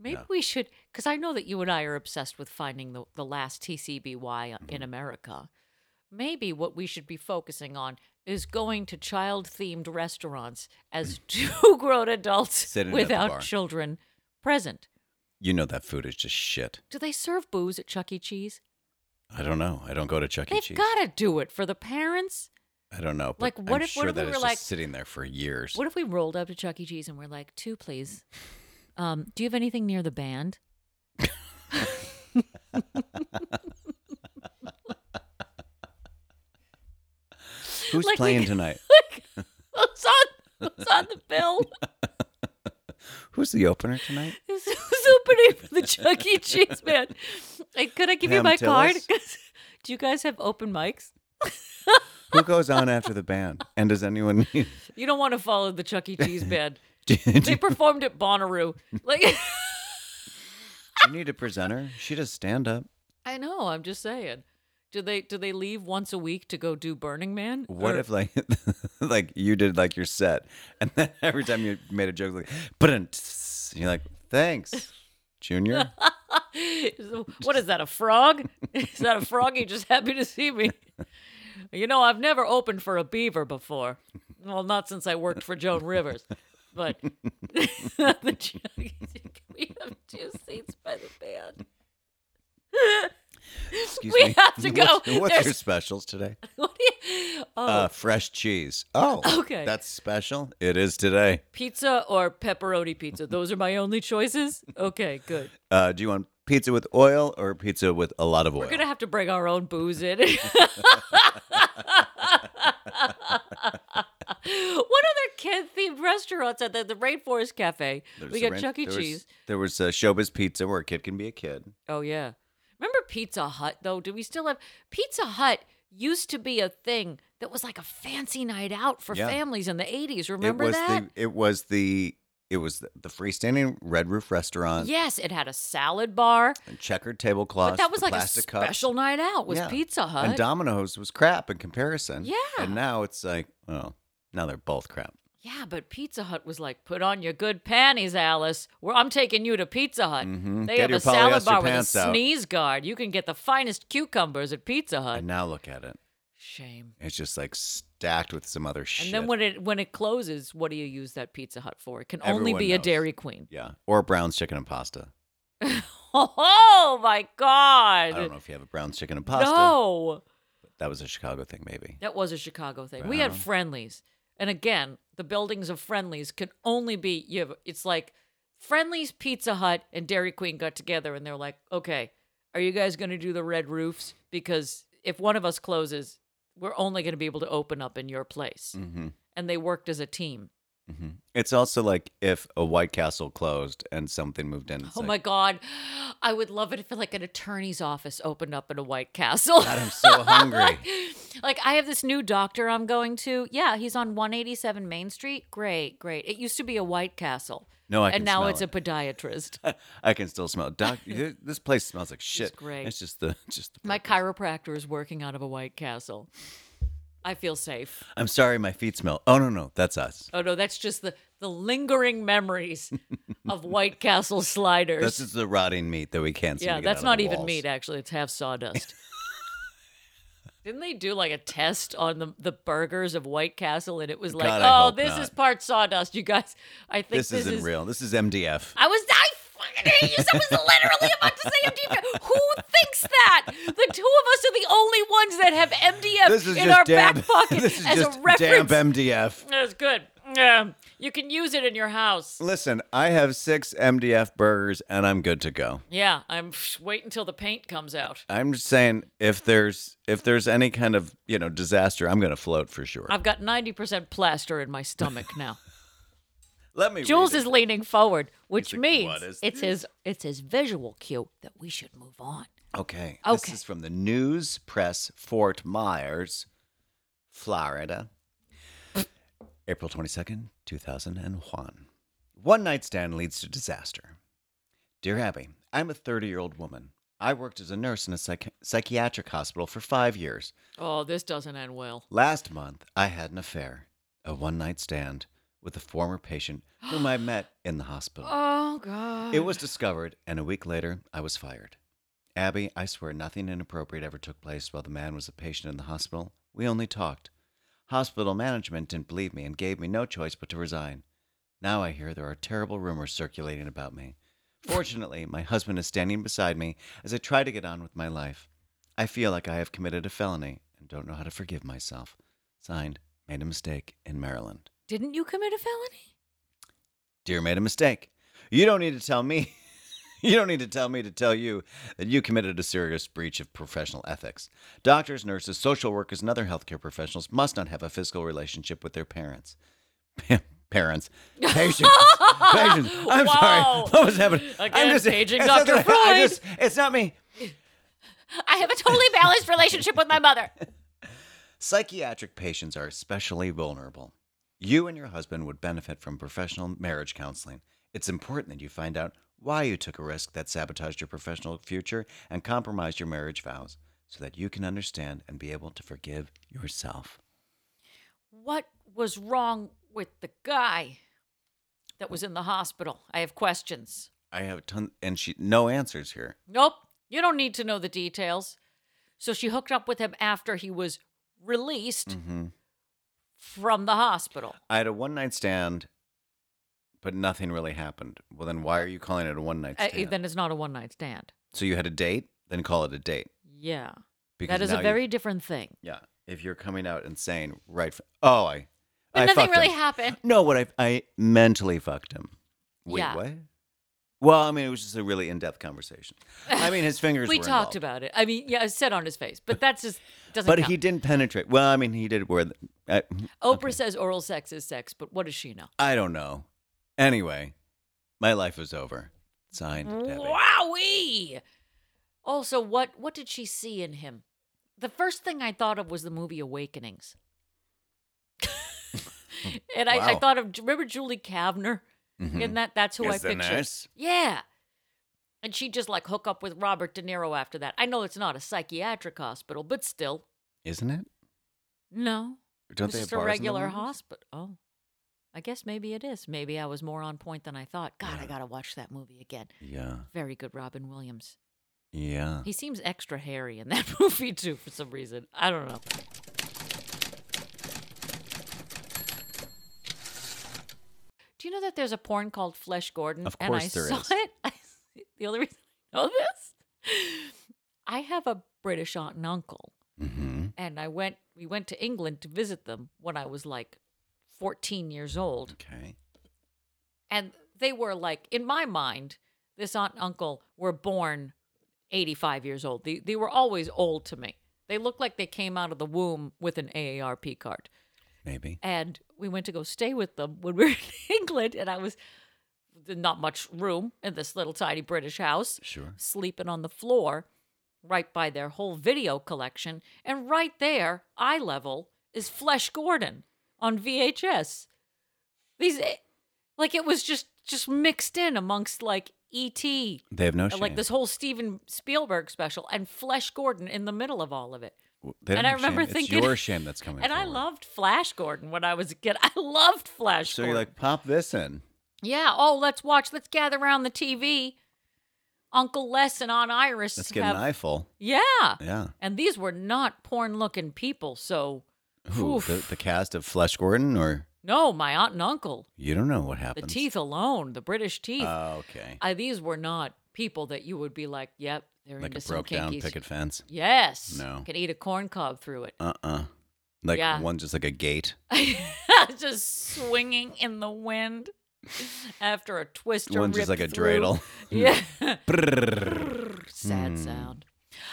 S7: Maybe
S8: Yeah.
S7: we should, because I know that you and I are obsessed with finding the, the last TCBY
S8: Mm-hmm.
S7: in America. Maybe what we should be focusing on is going to child themed restaurants as two grown adults
S8: Sitting at the bar.
S7: without children present.
S8: You know that food is just shit.
S7: Do they serve booze at Chuck E. Cheese?
S8: I don't know. I don't go to Chuck E.
S7: They've
S8: Cheese.
S7: got to do it for the parents.
S8: I don't know. But
S7: Like, what
S8: I'm
S7: if- what
S8: sure
S7: if we
S8: that
S7: were
S8: it's
S7: like-
S8: just sitting there for years?
S7: What if we rolled up to Chuck E. Cheese and we're like, two, please? Um, do you have anything near the band?
S8: Who's
S7: like we
S8: playing
S7: could-
S8: tonight?
S7: Like, what's on, what's on the bill?
S8: Who's the opener tonight?
S7: Who's who's opening for the Chuck E. Cheese man? Like, could I give you
S8: Pam
S7: my card?
S8: Tillis?
S7: 'Cause- Do you guys have open mics?
S8: Who goes on after the band? And does anyone need?
S7: You don't want to follow the Chuck E. Cheese band.
S8: Do you, do
S7: They performed at Bonnaroo. Like,
S8: you need a presenter? She does stand up.
S7: I know. I'm just saying. Do they do they leave once a week to go do Burning Man?
S8: What
S7: Or-
S8: if like like you did like your set, and then every time you made a joke like, but you're like, thanks, Junior.
S7: So, what is that? A frog? is that a frog? You just happy to see me? You know, I've never opened for a beaver before. Well, not since I worked for Joan Rivers, but the Chuck E. Cheese- Can we have two seats by the band?
S8: Excuse
S7: We
S8: me.
S7: have to go.
S8: What's, what's your
S7: There's-
S8: specials today?
S7: What do you- oh,
S8: Uh, fresh cheese. Oh,
S7: Okay.
S8: That's special. It is today.
S7: pizza or pepperoni pizza? Those are my only choices. Okay, good.
S8: Uh, do you want pizza with oil or pizza with a lot of oil?
S7: We're gonna have to bring our own booze in. what other kid themed restaurants at the, the Rainforest Cafe?
S8: There's
S7: we
S8: the
S7: got
S8: ranch-
S7: Chuck E.
S8: there was-
S7: Cheese.
S8: there was uh, Showbiz Pizza, where a kid can be a kid.
S7: Oh yeah. Remember Pizza Hut though? Do we still have Pizza Hut used to be a thing that was like a fancy night out for
S8: Yeah.
S7: families in the 80s. Remember
S8: it was
S7: that?
S8: the it was the it was the, the freestanding Red Roof restaurant,
S7: Yes, it had a salad bar.
S8: and checkered tablecloths.
S7: but that was
S8: the
S7: like a
S8: plastic cups.
S7: special night out was
S8: Yeah.
S7: Pizza Hut.
S8: And Domino's was crap in comparison.
S7: Yeah.
S8: And now it's like, well, now they're both crap.
S7: Yeah, but Pizza Hut was like, "Put on your good panties, Alice. Where I'm taking you to Pizza Hut.
S8: Mhm.
S7: They
S8: Get
S7: have
S8: your
S7: a salad
S8: polyester
S7: bar with a
S8: pants out."
S7: sneeze guard. You can get the finest cucumbers at Pizza Hut.
S8: And now look at it.
S7: Shame.
S8: It's just like stacked with some other shit.
S7: And then when it when it closes, what do you use that Pizza Hut for? It can only
S8: Everyone
S7: be a
S8: knows.
S7: Dairy Queen.
S8: yeah. Or Brown's chicken and pasta.
S7: Oh my
S8: I
S7: God!
S8: don't know if you have a Brown's chicken and pasta.
S7: No,
S8: That was a Chicago thing, maybe.
S7: that was a Chicago thing. We had
S8: Brown.
S7: friendlies, and again, the buildings of friendlies can only be you. Have, it's like Friendlies, Pizza Hut, and Dairy Queen got together and they're like, okay, are you guys going to do the red roofs? Because if one of us closes, we're only going to be able to open up in your place.
S8: Mm-hmm.
S7: And they worked as a team.
S8: Mm-hmm. It's also like if a White Castle closed and something moved in. It's
S7: oh
S8: like,
S7: my God. I would love it if like an attorney's office opened up in a White Castle.
S8: God, I'm so hungry.
S7: like, I have this new doctor I'm going to. Yeah, he's on 187 Main Street. Great, great. It used to be a White Castle.
S8: No, I
S7: and
S8: can
S7: now
S8: smell
S7: it's
S8: it.
S7: a podiatrist.
S8: I can still smell it. Doc, th- this place smells like shit.
S7: great.
S8: It's just the just. The
S7: My
S8: purpose.
S7: chiropractor is working out of a White Castle. I feel safe.
S8: I'm sorry, my feet smell. Oh no, no, that's us.
S7: Oh no, that's just the the lingering memories of White Castle sliders.
S8: This is the rotting meat that we can't. seem
S7: yeah,
S8: to get
S7: that's
S8: out of
S7: not
S8: the
S7: even
S8: walls.
S7: meat actually. It's half sawdust. Didn't they do like a test on the the burgers of White Castle and it was like,
S8: God, I
S7: "Oh,
S8: hope
S7: this
S8: not.
S7: is part sawdust, you guys." I think
S8: This,
S7: this,
S8: isn't
S7: is
S8: real. This is MDF.
S7: I was I fucking hate you. I was literally about to say MDF. Who thinks that? The two of us are the only ones that have MDF
S8: This is
S7: in
S8: just
S7: our
S8: damp.
S7: back pocket
S8: this is
S7: as
S8: just
S7: a reference.
S8: damp MDF.
S7: That's good. Yeah, you can use it in your house.
S8: Listen, I have six MDF burgers and I'm good to go.
S7: Yeah, I'm psh, wait until the paint comes out.
S8: I'm just saying, if there's if there's any kind of you know disaster, I'm gonna float for sure.
S7: I've got 90% plaster in my stomach now.
S8: Let me.
S7: Jules
S8: read
S7: is
S8: it.
S7: leaning forward, which
S8: like,
S7: means
S8: "What is
S7: it's his it's his visual cue that we should move on.
S8: okay.
S7: Okay.
S8: This is from the News Press, Fort Myers, Florida, April twenty second, two thousand and one. One night stand leads to disaster. Dear Abby, I'm a thirty year old woman. I worked as a nurse in a psych- psychiatric hospital for five years.
S7: Oh, this doesn't end well.
S8: Last month, I had an affair, a one night stand with a former patient whom I met in the hospital.
S7: Oh god.
S8: It was discovered, and a week later, I was fired. Abby, I swear nothing inappropriate ever took place while the man was a patient in the hospital. We only talked. Hospital management didn't believe me and gave me no choice but to resign. Now I hear there are terrible rumors circulating about me. Fortunately, my husband is standing beside me as I try to get on with my life. I feel like I have committed a felony and don't know how to forgive myself. Signed, made a mistake in Maryland.
S7: Didn't you commit a felony?
S8: Dear made a mistake. You don't need to tell me. you don't need to tell me to tell you that you committed a serious breach of professional ethics. Doctors, nurses, social workers, and other healthcare professionals must not have a physical relationship with their parents. parents. Patients. Patients. I'm
S7: Wow.
S8: sorry. What was happening?
S7: Again, paging
S8: it's not
S7: Dr.
S8: that I- I
S7: Freud.
S8: just- it's not me.
S7: I have a totally balanced relationship with my mother.
S8: Psychiatric patients are especially vulnerable. You and your husband would benefit from professional marriage counseling. It's important that you find out why you took a risk that sabotaged your professional future and compromised your marriage vows so that you can understand and be able to forgive yourself.
S7: What was wrong with the guy that was in the hospital? I have questions.
S8: I have a ton and she no answers here.
S7: Nope, you don't need to know the details. So she hooked up with him after he was released
S8: Mm.
S7: from the hospital.
S8: I had a one night stand but nothing really happened. Well then why are you calling it a one night
S7: Uh,
S8: stand?
S7: then it's not a one night stand.
S8: so you had a date, then call it a date.
S7: Yeah.
S8: Because
S7: that is
S8: now
S7: a
S8: you-
S7: very different thing.
S8: Yeah, if you're coming out and saying right, f- oh, I,
S7: But
S8: I
S7: nothing
S8: fucked
S7: really
S8: him.
S7: happened.
S8: No, what I I mentally fucked him. Wait,
S7: Yeah.
S8: what? Well, I mean, it was just a really in-depth conversation. I mean, his fingers.
S7: We
S8: were
S7: talked about
S8: involved.
S7: it. I mean, yeah, it's set on his face, but that's just doesn't
S8: but
S7: count.
S8: he didn't penetrate. Well, I mean, he did wear. The, I,
S7: Oprah says oral sex is sex, but what does she know?
S8: I don't know. Anyway, my life was over. Signed, Debbie.
S7: Wowee! Also, what what did she see in him? The first thing I thought of was the movie Awakenings. and I, I
S8: Wow. Hmm.
S7: thought of remember Julie Kavner?
S8: Mm-hmm.
S7: And that that's who
S8: Yes,
S7: I
S8: the
S7: pictured.
S8: nurse.
S7: Yeah. And she just like hook up with Robert De Niro after that. I know it's not a psychiatric hospital, but still.
S8: Isn't it?
S7: No.
S8: Don't
S7: it's
S8: they
S7: just
S8: have
S7: a
S8: bars in the
S7: regular
S8: movies?
S7: hospital. Oh. I guess maybe it is. Maybe I was more on point than I thought. God, I gotta watch that movie again.
S8: Yeah,
S7: Very good, Robin Williams.
S8: yeah.
S7: He seems extra hairy in that movie too, for some reason. I don't know. Do you know that there's a porn called Flesh Gordon?
S8: Of
S7: and I
S8: course there
S7: saw
S8: is.
S7: it. the only reason I know this, I have a British aunt and uncle,
S8: Mm-hmm.
S7: and I went. We went to England to visit them when I was like 14 years old,
S8: Okay.
S7: and they were like in my mind this aunt and uncle were born 85 years old they, they were always old to me they looked like they came out of the womb with an aarp card
S8: Maybe.
S7: and we went to go stay with them when we were in england and i was not much room in this little tiny british house
S8: Sure.
S7: sleeping on the floor right by their whole video collection. And right there, eye level, is Flesh Gordon on VHS. These, eh, like, it was just just mixed in amongst like E.T.,
S8: They have no shame.
S7: like this whole Steven Spielberg special, and Flesh Gordon in the middle of all of it.
S8: They don't
S7: and I
S8: have
S7: remember
S8: shame.
S7: thinking-
S8: it's your shame that's coming.
S7: And I
S8: forward.
S7: loved Flash Gordon when I was a kid. I loved Flash
S8: So
S7: Gordon.
S8: you're like, pop this in.
S7: Yeah. Oh, let's watch. Let's gather around the TV. Uncle Les and Aunt Iris
S8: Let's get
S7: have.
S8: an eyeful.
S7: Yeah.
S8: Yeah.
S7: And these were not porn-looking people. So,
S8: Who?
S7: Oof.
S8: The, the cast of Flesh Gordon, or
S7: no, my aunt and uncle,
S8: you don't know what
S7: the
S8: happens.
S7: teeth alone, the British teeth.
S8: Oh, okay.
S7: I, these were not people that you would be like, "Yep, they're
S8: Like
S7: into
S8: a
S7: some
S8: broke down
S7: kinkies."
S8: picket fence.
S7: Yes.
S8: No.
S7: Can eat a corn cob through it.
S8: Uh uh Like
S7: Yeah.
S8: one just like a gate.
S7: just swinging in the wind after a twist or
S8: One's just like
S7: ripped
S8: a
S7: through.
S8: dreidel. Hmm.
S7: Yeah.
S8: Brrr.
S7: Sad sound.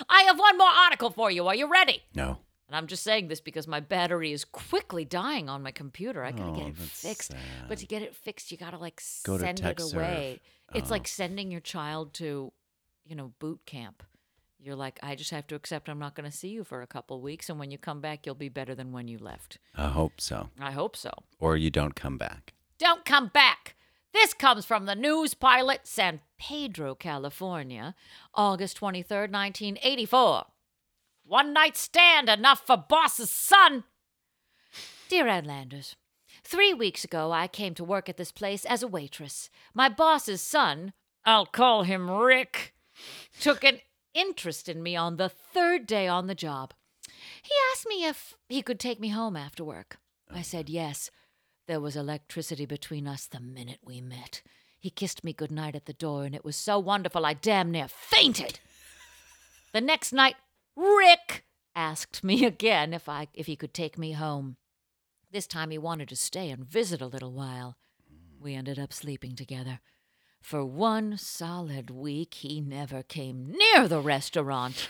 S7: I have one more article for you. Are you ready?
S8: no.
S7: And I'm just saying this because my battery is quickly dying on my computer. I gotta
S8: Oh,
S7: get it
S8: that's
S7: fixed. But to
S8: sad.
S7: get it fixed, you gotta like
S8: Go to
S7: send it
S8: TechServe.
S7: away. It's
S8: Oh.
S7: like sending your child to, you know, boot camp. You're like, I just have to accept I'm not gonna see you for a couple weeks, and when you come back, you'll be better than when you left.
S8: I hope so.
S7: I hope so.
S8: Or you don't come back.
S7: Don't come back. This comes from the news pilot San Pedro, California, August 23rd, 1984. One night stand enough for boss's son. Dear Ann Landers, three weeks ago I came to work at this place as a waitress. My boss's son, I'll call him Rick, took an interest in me on the third day on the job. He asked me if he could take me home after work. I said yes. There was electricity between us the minute we met. He kissed me goodnight at the door, and it was so wonderful I damn near fainted. The next night, Rick asked me again if I if he could take me home. This time he wanted to stay and visit a little while. We ended up sleeping together. For one solid week, he never came near the restaurant.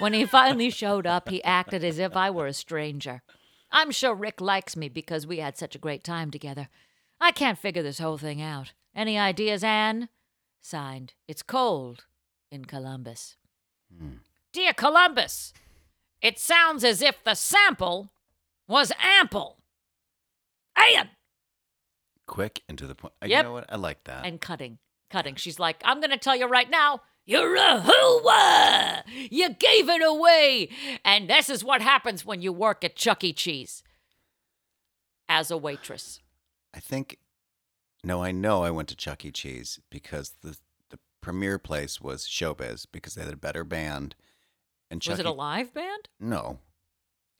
S7: When he finally showed up, he acted as if I were a stranger. I'm sure Rick likes me because we had such a great time together. I can't figure this whole thing out. Any ideas, Anne? Signed, It's Cold in Columbus. Dear Columbus, it sounds as if the sample was ample. Anne!
S8: Quick and to the point. Uh,
S7: Yep.
S8: You know what? I like that.
S7: and cutting, cutting. She's like, I'm going to tell you right now, you're a hooah! You gave it away! And this is what happens when you work at Chuck E. Cheese as a waitress.
S8: I think. No, I know I went to Chuck E. Cheese because the the premier place was Showbiz because they had a better band. And Chuck
S7: Was it
S8: E-
S7: a live band?
S8: No,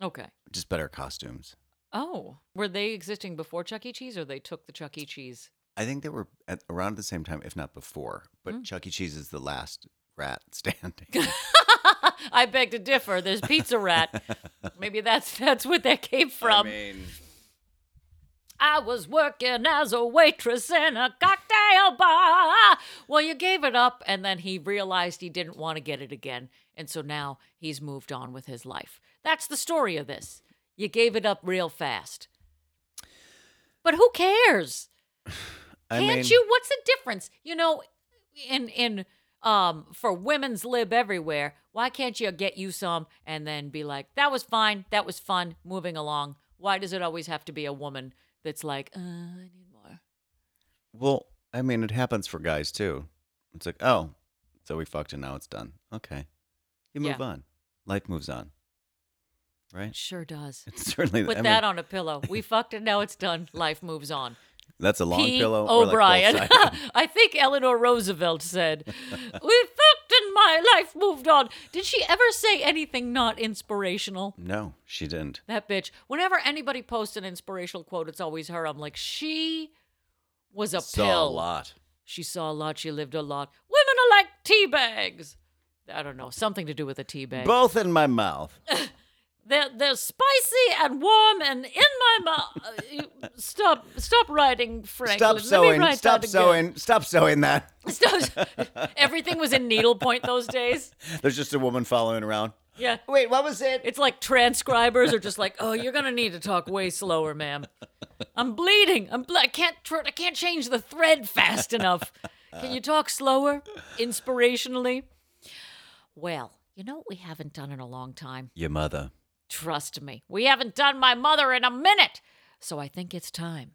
S7: Okay.
S8: just better costumes.
S7: Oh, were they existing before Chuck E. Cheese or they took the Chuck E. Cheese?
S8: I think they were at around the same time, if not before. But
S7: Hmm.
S8: Chuck E. Cheese is the last rat standing.
S7: I beg to differ. There's Pizza Rat. Maybe that's that's where that came from. I,
S8: mean,
S7: was working as a waitress in a cocktail bar. Well, you gave it up, and then he realized he didn't want to get it again, and so now he's moved on with his life. That's the story of this. You gave it up real fast. But who cares?
S8: I
S7: Can't
S8: mean,
S7: you? What's the difference? You know, in in um for women's lib everywhere, why can't you get you some and then be like, that was fine, that was fun, moving along. Why does it always have to be a woman that's like, uh, I need more?
S8: Well, I mean, it happens for guys too. It's like, oh, so we fucked and now it's done. Okay, you move
S7: Yeah.
S8: on. Life moves on,
S7: It
S8: right?
S7: sure does.
S8: It's certainly
S7: Put
S8: I mean,
S7: that on a pillow. We fucked it. Now it's done. Life moves on.
S8: That's a long
S7: P.
S8: pillow. or like both
S7: O'Brien.
S8: sides.
S7: I think Eleanor Roosevelt said, "We fucked and my life moved on." Did she ever say anything not inspirational?
S8: no, she didn't.
S7: That bitch. Whenever anybody posts an inspirational quote, it's always her. I'm like, she was a
S8: Saw
S7: pill.
S8: a lot.
S7: She saw a lot. She lived a lot. Women are like tea bags. I don't know. Something to do with a tea bag.
S8: Both in my mouth.
S7: they're, they're spicy and warm and in my mouth. stop stop writing, Franklin.
S8: Stop
S7: Let me
S8: sewing.
S7: write
S8: Stop
S7: that again.
S8: sewing. Stop sewing that.
S7: Stop. Everything was in needlepoint those days.
S8: There's just a woman following around.
S7: Yeah.
S8: Wait, what was it?
S7: It's like transcribers are just like, oh, you're gonna need to talk way slower, ma'am. I'm bleeding. I'm ble- I can't. Tr- I can't change the thread fast enough. Can you talk slower, inspirationally? Well, you know what we haven't done in a long time.
S8: Your mother.
S7: Trust me, we haven't done my mother in a minute. So I think it's time.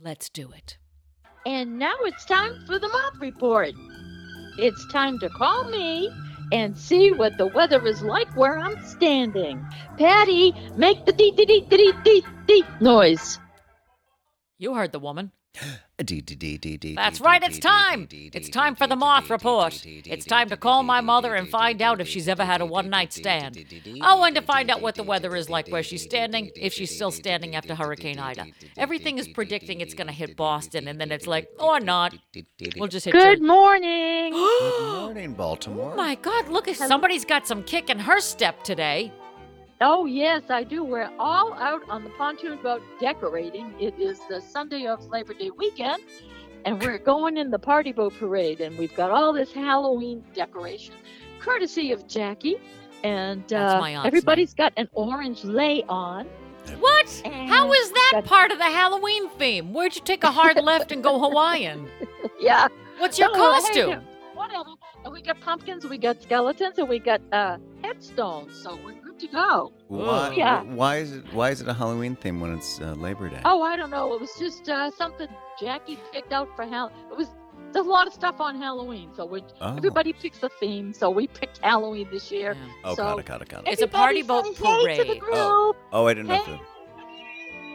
S7: Let's do it.
S5: And now it's time for the month report. It's time to call me and see what the weather is like where I'm standing. Patty, make the dee dee dee dee dee dee noise.
S7: You heard the woman.
S8: That's
S7: That's right, it's time. It's time for the Moth Report. It's time to call my mother and find out if she's ever had a one night stand. Oh, and to find out what the weather is like where she's standing, if she's still standing after Hurricane Ida. Everything is predicting it's going to hit Boston, and then it's like, or not. We'll just hit
S5: Good
S7: Jer-
S5: morning.
S8: Morning, Baltimore.
S7: Oh my God, look, if somebody's got some kick in her step today.
S5: Oh, yes, I do. We're all out on the pontoon boat decorating. It is the Sunday of Labor Day weekend, and we're going in the party boat parade, and we've got all this Halloween decoration, courtesy of Jackie. And
S7: That's
S5: uh,
S7: my aunt's
S5: everybody's got an orange lay on.
S7: What? How is that
S5: That's-
S7: part of the Halloween theme? Where'd you take a hard left and go Hawaiian?
S5: Yeah.
S7: What's your
S5: Oh, well, hey,
S7: costume?
S5: yeah, Whatever. And we got pumpkins, we got skeletons, and we got uh, headstones, so we're good to go.
S8: Why,
S5: Yeah.
S8: why is it? Why is it a Halloween theme when it's uh, Labor Day?
S5: Oh, I don't know. It was just uh, something Jackie picked out for Hal. It was there's a lot of stuff on Halloween, so we
S8: Oh.
S5: everybody picks a theme. So we picked Halloween this year.
S7: Yeah.
S8: Oh,
S5: so
S8: got it, got it, got it.
S7: It's a party
S5: everybody
S7: boat
S5: say hey to the
S7: parade.
S8: Oh.
S5: group.
S8: Oh, I didn't know. if
S5: Hey.
S8: the-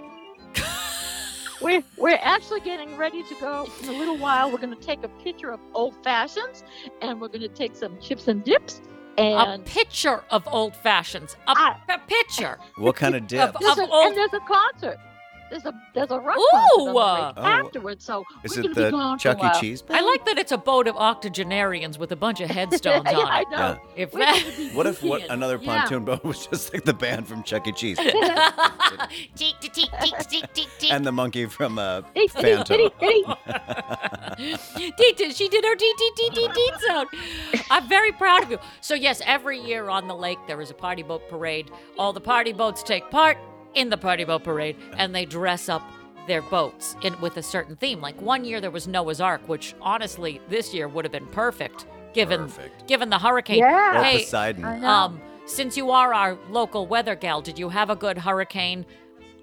S5: We're we're actually getting ready to go in a little while. We're gonna take a picture of old fashions, and we're gonna take some chips and dips.
S7: A
S5: And
S7: picture of old fashions. A,
S5: I-
S7: a picture.
S8: What kind of dip?
S7: Of-
S5: there's, a,
S7: old-
S5: and there's a concert. There's a there's a rock
S7: Ooh!
S5: concert on the
S8: Oh.
S5: way afterwards, so
S8: Is
S5: we're
S8: it
S5: gonna be
S8: the
S5: gone
S8: Chuck
S5: for a
S8: E.
S5: while.
S8: Cheese?
S7: I like that it's a boat of octogenarians with a bunch of headstones
S5: yeah,
S7: on
S5: I
S7: it.
S5: know.
S8: Yeah.
S7: If
S5: We're gonna
S7: that.
S5: be
S8: What if what
S5: weekend.
S8: another
S5: Yeah.
S8: pontoon boat was just like the band from Chuck E. Cheese
S7: Teek, teek, teek, teek, teek, teek.
S8: and the monkey from uh,
S5: Hey, hey,
S8: Phantom?
S5: hey, hey.
S7: Dee dee- she did her dee dee dee dee dee zone. I'm very proud of you. So yes, every year on the lake there is a party boat parade. All the party boats take part in the party boat parade, and they dress up their boats in with a certain theme. Like one year there was Noah's Ark, which honestly this year would have been perfect given
S8: Perfect.
S7: given the hurricane.
S5: Yeah.
S8: Or
S7: Hey,
S8: Poseidon?
S7: um, since you are our local weather gal, did you have a good hurricane?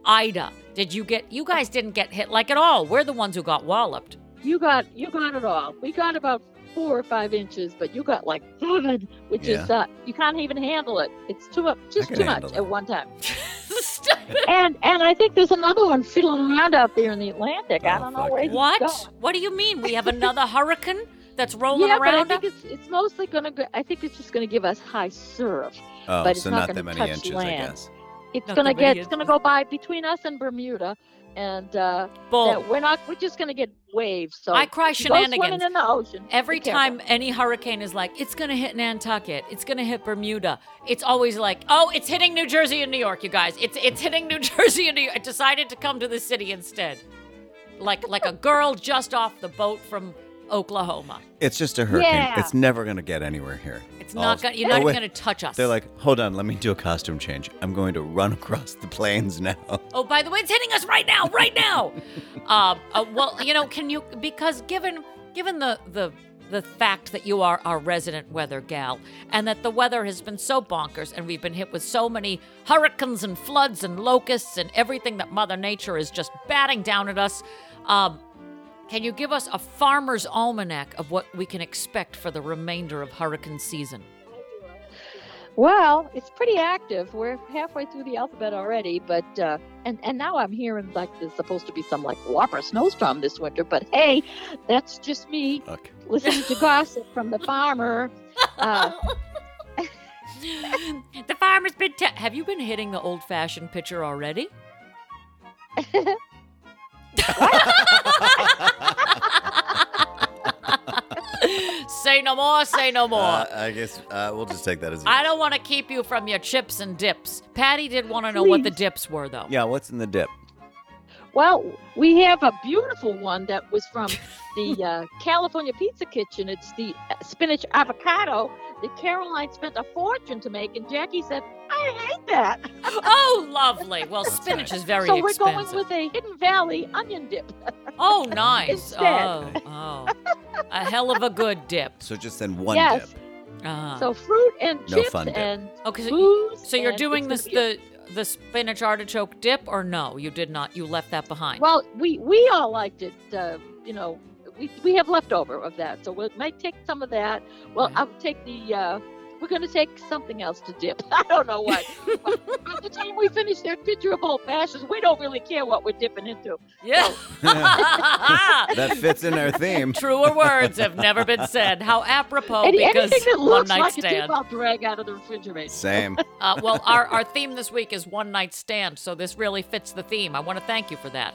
S7: Ida, did you get? You guys didn't get hit like at all. We're the ones who got walloped.
S5: You got you got it all. We got about four or five inches, but you got like seven, which is uh, you can't even handle it. It's too much, just
S8: can
S5: too much
S8: handle it.
S5: at one time.
S7: Stop.
S5: And and I think there's another one fiddling around out there in the Atlantic. I
S8: Oh,
S5: don't know
S8: fuck
S5: where
S8: yeah.
S5: he's
S7: what?
S5: going.
S7: What do you mean? We have another hurricane that's rolling
S5: yeah,
S7: around?
S5: but I think it's it's mostly gonna. Go, I think it's just gonna give us high surf.
S8: Oh,
S5: but it's
S8: so not,
S5: not gonna
S8: that many
S5: touch
S8: inches, I
S5: land.
S8: guess.
S5: It's
S7: Not
S5: gonna
S7: that many
S5: get. It's gonna
S7: inches.
S5: go by between us and Bermuda, and uh, that
S7: Bull.
S5: we're not. We're just gonna get waves. So
S7: I cry
S5: if you go swimming
S7: shenanigans.
S5: in the ocean.
S7: Every
S5: be careful.
S7: time any hurricane is like, it's going to hit Nantucket, it's going to hit Bermuda. It's always like, oh, it's hitting New Jersey and New York, you guys. It's it's hitting New Jersey and New York. It decided to come to the city instead. Like like a girl just off the boat from Oklahoma.
S8: It's just a hurricane.
S5: Yeah.
S8: It's never going to get anywhere here.
S7: It's
S8: All-
S7: not going to you're
S8: Oh,
S7: not even
S8: wait.
S7: going to touch us.
S8: They're like, hold on, let me do a costume change. I'm going to run across the plains now.
S7: Oh, by the way, it's hitting us right now, right now. um, uh, well, you know, can you because given given the the the fact that you are our resident weather gal and that the weather has been so bonkers and we've been hit with so many hurricanes and floods and locusts and everything that Mother Nature is just batting down at us, um, can you give us a farmer's almanac of what we can expect for the remainder of hurricane season?
S5: Well, it's pretty active. We're halfway through the alphabet already, but uh, and and now I'm hearing like there's supposed to be some like whopper snowstorm this winter. But hey, that's just me
S8: Look.
S5: listening to gossip from the farmer. Uh,
S7: the farmer's been. Te- Have you been hitting the old-fashioned pitcher already? say no more. Say no more.
S8: Uh, I guess uh, we'll just take that as a
S7: I don't want to keep you from your chips and dips. Patty did want to know what the dips were, though.
S8: Yeah, what's in the dip?
S5: well, we have a beautiful one that was from the uh, California Pizza Kitchen. It's the uh, spinach avocado that Caroline spent a fortune to make, and Jackie said, "I hate that."
S7: Oh, lovely. Well, spinach is very
S5: so we're
S7: expensive.
S5: going with a Hidden Valley onion dip.
S7: oh, nice.
S5: Instead.
S7: Oh, oh, a hell of a good dip.
S8: So just in one
S5: Yes.
S8: dip.
S7: Uh-huh.
S5: So fruit and
S8: No
S5: chips
S8: fun dip.
S5: and
S7: okay, so
S5: booze.
S7: So you're
S5: and
S7: doing
S5: it's
S7: this
S5: gonna
S7: the the spinach artichoke dip or no? You did not. You left that
S5: be-
S7: behind.
S5: Well, we we all liked it. Uh, you know, we we have leftover of that, so we might take some of that. Well,
S7: Right.
S5: I'll take the. Uh, we're gonna take something else to dip. I don't know what. But By the time we finish their picture of old fashions, we don't really care what we're dipping into.
S7: yeah.
S8: That fits in our theme.
S7: Truer words have never been said. How apropos
S5: Any,
S7: Oh, because
S5: anything that
S7: one
S5: looks
S7: night
S5: like a dip,
S7: stand.
S5: I'll drag out of the refrigerator.
S8: Same.
S7: Uh, well, our our theme this week is one night stand, so this really fits the theme. I want to thank you for that.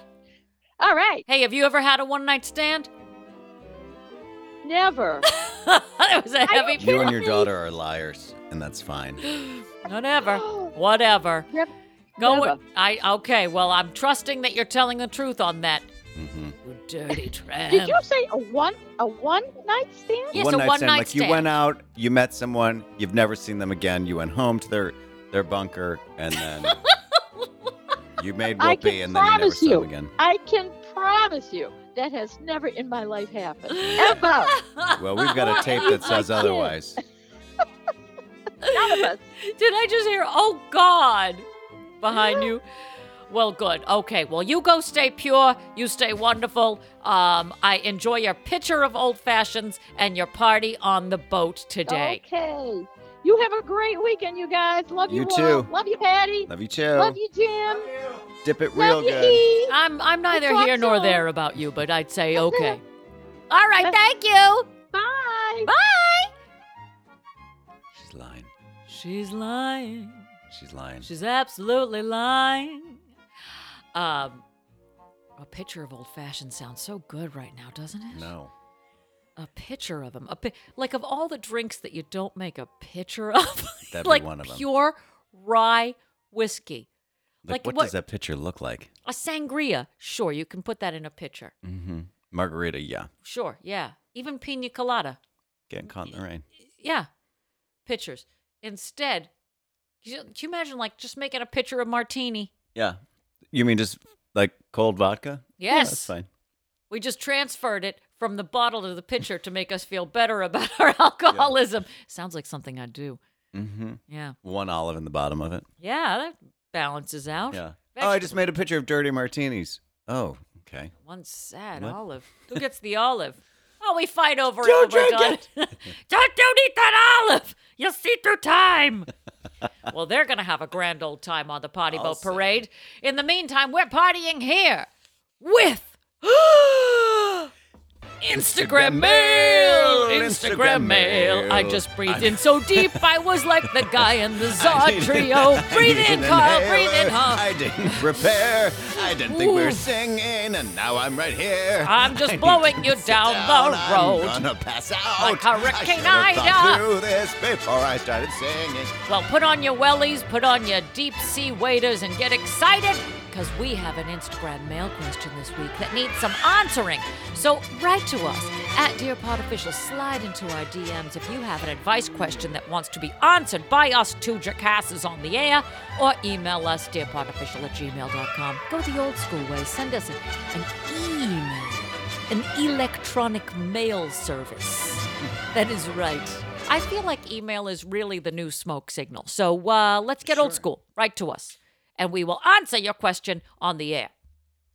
S5: All right,
S7: Hey, have you ever had a one night stand?
S5: never.
S7: it was a heavy.
S8: You and your daughter are liars, and that's fine.
S7: Whatever. Whatever.
S5: Nev-
S7: Go.
S5: never.
S7: I okay. Well, I'm trusting that you're telling the truth on that.
S8: Mm-hmm.
S7: You dirty tramp.
S5: Did you say a one a one night stand?
S7: Yes,
S8: one
S7: a
S8: night
S7: one
S8: stand.
S7: night
S8: like you
S7: stand.
S8: went out, you met someone, you've never seen them again. You went home to their their bunker, and then you made
S5: I
S8: whoopee,
S5: can
S8: and then you never
S5: promise
S8: saw them
S5: you.
S8: again.
S5: I can promise you that has never in my life happened. Ever.
S8: Well, we've got a tape that says otherwise.
S5: None of us.
S7: Did I just hear, oh God, behind you? Well, good. Okay. Well, you go stay pure. You stay wonderful. Um, I enjoy your pitcher of old fashions and your party on the boat today.
S5: Okay. You have a great weekend, you guys. Love you,
S8: You
S5: all.
S8: too.
S5: Love you, Patty.
S8: Love you too.
S5: Love you, Jim.
S8: Dip it real
S5: Love you,
S8: good.
S5: E.
S7: I'm I'm neither
S5: talk
S7: here nor
S5: soon.
S7: there about you, but I'd say okay. All right. Thank you.
S5: Bye.
S7: Bye.
S8: She's lying.
S7: She's lying.
S8: She's lying.
S7: She's absolutely lying. Um, A picture of old fashioned sounds so good right now, doesn't it?
S8: No.
S7: A picture of them. A pi- like of all the drinks that you don't make a picture of.
S8: That'd be
S7: like
S8: one of 'em.
S7: pure rye whiskey.
S8: Like,
S7: Like
S8: what,
S7: what-
S8: does that picture look like?
S7: A sangria. Sure, you can put that in a picture.
S8: Mm-hmm. Margarita, yeah.
S7: Sure, yeah. Even pina colada.
S8: Getting caught in the rain.
S7: Yeah. Pictures. Instead, you- can you imagine like just making a picture of martini?
S8: Yeah. You mean just like cold vodka?
S7: Yes.
S8: That's fine.
S7: We just transferred it from the bottle to the pitcher to make us feel better about our alcoholism. Sounds like something I'd do.
S8: Mm-hmm.
S7: Yeah.
S8: One olive in the bottom of it.
S7: Yeah, that balances out.
S8: Yeah. Oh, I just made a picture of dirty martinis. Oh, okay.
S7: One sad
S8: What?
S7: olive. Who gets the olive? Oh, we fight over
S8: Don't
S7: it. Over
S8: drink
S7: God. don't don't eat that olive. You'll see through time. well, they're gonna have a grand old time on the potty
S8: I'll
S7: boat
S8: say.
S7: parade. In the meantime, we're partying here with Instagram mail. Instagram mail. I just breathed in so deep I was like the guy in the
S8: I
S7: Zod
S8: needed-
S7: trio.
S8: I
S7: Breathe
S8: needed
S7: in,
S8: an
S7: Carl. Breathe in,
S8: inhaler.
S7: Hall.
S8: I didn't prepare. I didn't think we were
S7: Ooh.
S8: singing, and now I'm right here.
S7: I'm just
S8: I need
S7: blowing
S8: to
S7: you
S8: sit
S7: down the
S8: I'm
S7: road.
S8: gonna pass out.
S7: Like Hurricane
S8: I should've thought
S7: Ida.
S8: through this before I started singing.
S7: Well, put on your wellies, put on your deep sea waders, and get excited because we have an Instagram mail question this week that needs some answering. So write to us at Dear Pod Official. Slide into our DMs if you have an advice question that wants to be answered by us two jackasses on the air, or email us dearpodofficial at gmail.com. Go the old school way. Send us a- an email, an electronic mail service. That is right. I feel like email is really the new smoke signal. So uh, let's get old school. Write to us, and we will answer your question on the air.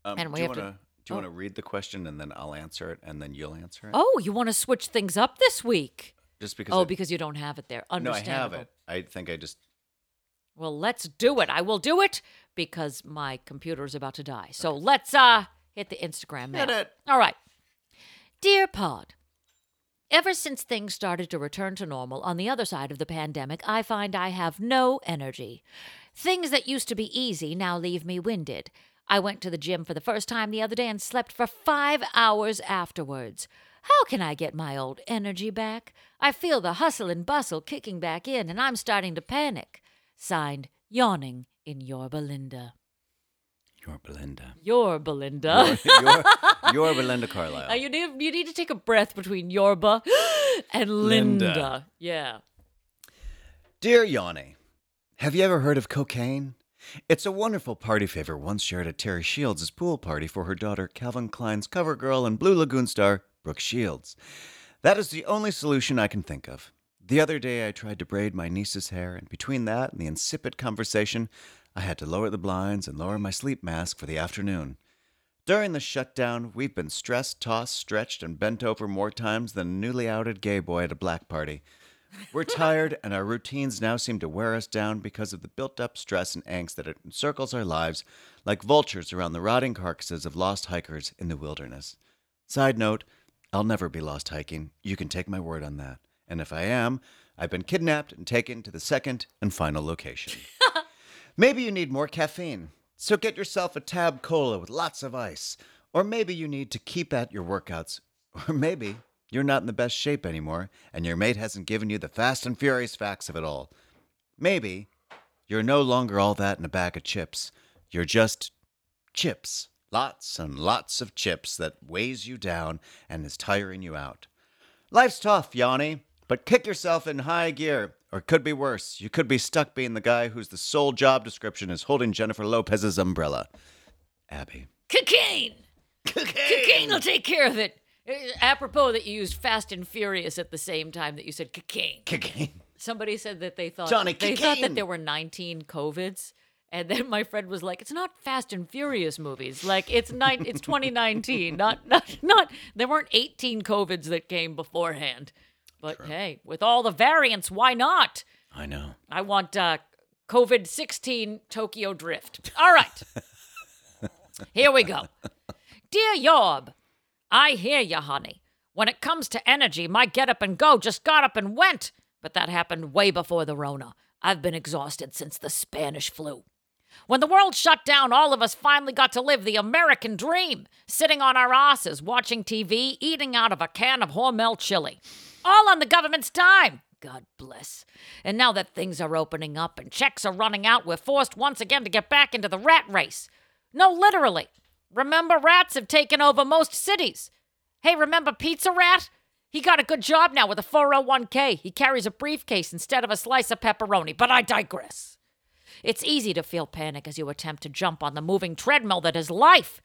S8: Um,
S7: And
S8: do
S7: we
S8: you
S7: have to-
S8: wanna- Do you want to read the question and then I'll answer it and then you'll answer it?
S7: Oh, you want to switch things up this week?
S8: Just because.
S7: Oh,
S8: I-
S7: because you don't have it there.
S8: no, I
S7: Understandable.
S8: have it. I think I just.
S7: Well, let's do it. I will do it because my computer is about to die. So let's uh hit the Instagram mail.
S8: Hit it.
S7: All right. Dear Pod, ever since things started to return to normal on the other side of the pandemic, I find I have no energy. Things that used to be easy now leave me winded. I went to the gym for the first time the other day and slept for five hours afterwards. How can I get my old energy back? I feel the hustle and bustle kicking back in, and I'm starting to panic. Signed, Yawning in Your Belinda.
S8: You're Belinda.
S7: Your Belinda.
S8: You're, you're Belinda Carlisle.
S7: Uh, you need you need to take a breath between Yorba and Linda.
S8: Linda.
S7: Yeah.
S8: Dear Yanni, have you ever heard of cocaine? It's a wonderful party favor once shared at Terry Shields' pool party for her daughter Calvin Klein's cover girl and Blue Lagoon star Brooke Shields. That is the only solution I can think of. The other day I tried to braid my niece's hair, and between that and the insipid conversation, I had to lower the blinds and lower my sleep mask for the afternoon. During the shutdown, we've been stressed, tossed, stretched, and bent over more times than a newly outed gay boy at a black party. We're tired, and our routines now seem to wear us down because of the built up stress and angst that encircles our lives like vultures around the rotting carcasses of lost hikers in the wilderness. Side note I'll never be lost hiking. You can take my word on that. And if I am, I've been kidnapped and taken to the second and final location. Maybe you need more caffeine, so get yourself a tab cola with lots of ice. Or maybe you need to keep at your workouts. Or maybe you're not in the best shape anymore, and your mate hasn't given you the fast and furious facts of it all. Maybe you're no longer all that in a bag of chips. You're just chips. Lots and lots of chips that weighs you down and is tiring you out. Life's tough, Yanni, but kick yourself in high gear. Or it could be worse. You could be stuck being the guy whose the sole job description is holding Jennifer Lopez's umbrella. Abby.
S7: Cocaine. Cocaine will take care of it. Uh, Apropos that you used Fast and Furious at the same time that you said cocaine.
S8: Cocaine.
S7: Somebody said that they thought
S8: Johnny,
S7: they thought
S8: cocaine.
S7: that there were 19 covids. And then my friend was like, "It's not Fast and Furious movies. Like it's nine. It's 2019. Not not not. There weren't 18 covids that came beforehand. But hey, with all the variants, why not?
S8: I know.
S7: I want uh, COVID 16 Tokyo Drift. All right. Here we go. Dear Yorb, I hear you, honey. When it comes to energy, my get up and go just got up and went. But that happened way before the Rona. I've been exhausted since the Spanish flu. When the world shut down, all of us finally got to live the American dream, sitting on our asses, watching TV, eating out of a can of Hormel chili. All on the government's dime. God bless. And now that things are opening up and checks are running out, we're forced once again to get back into the rat race. No, literally. Remember, rats have taken over most cities. Hey, remember Pizza Rat? He got a good job now with a 401k. He carries a briefcase instead of a slice of pepperoni, but I digress. It's easy to feel panic as you attempt to jump on the moving treadmill that is life.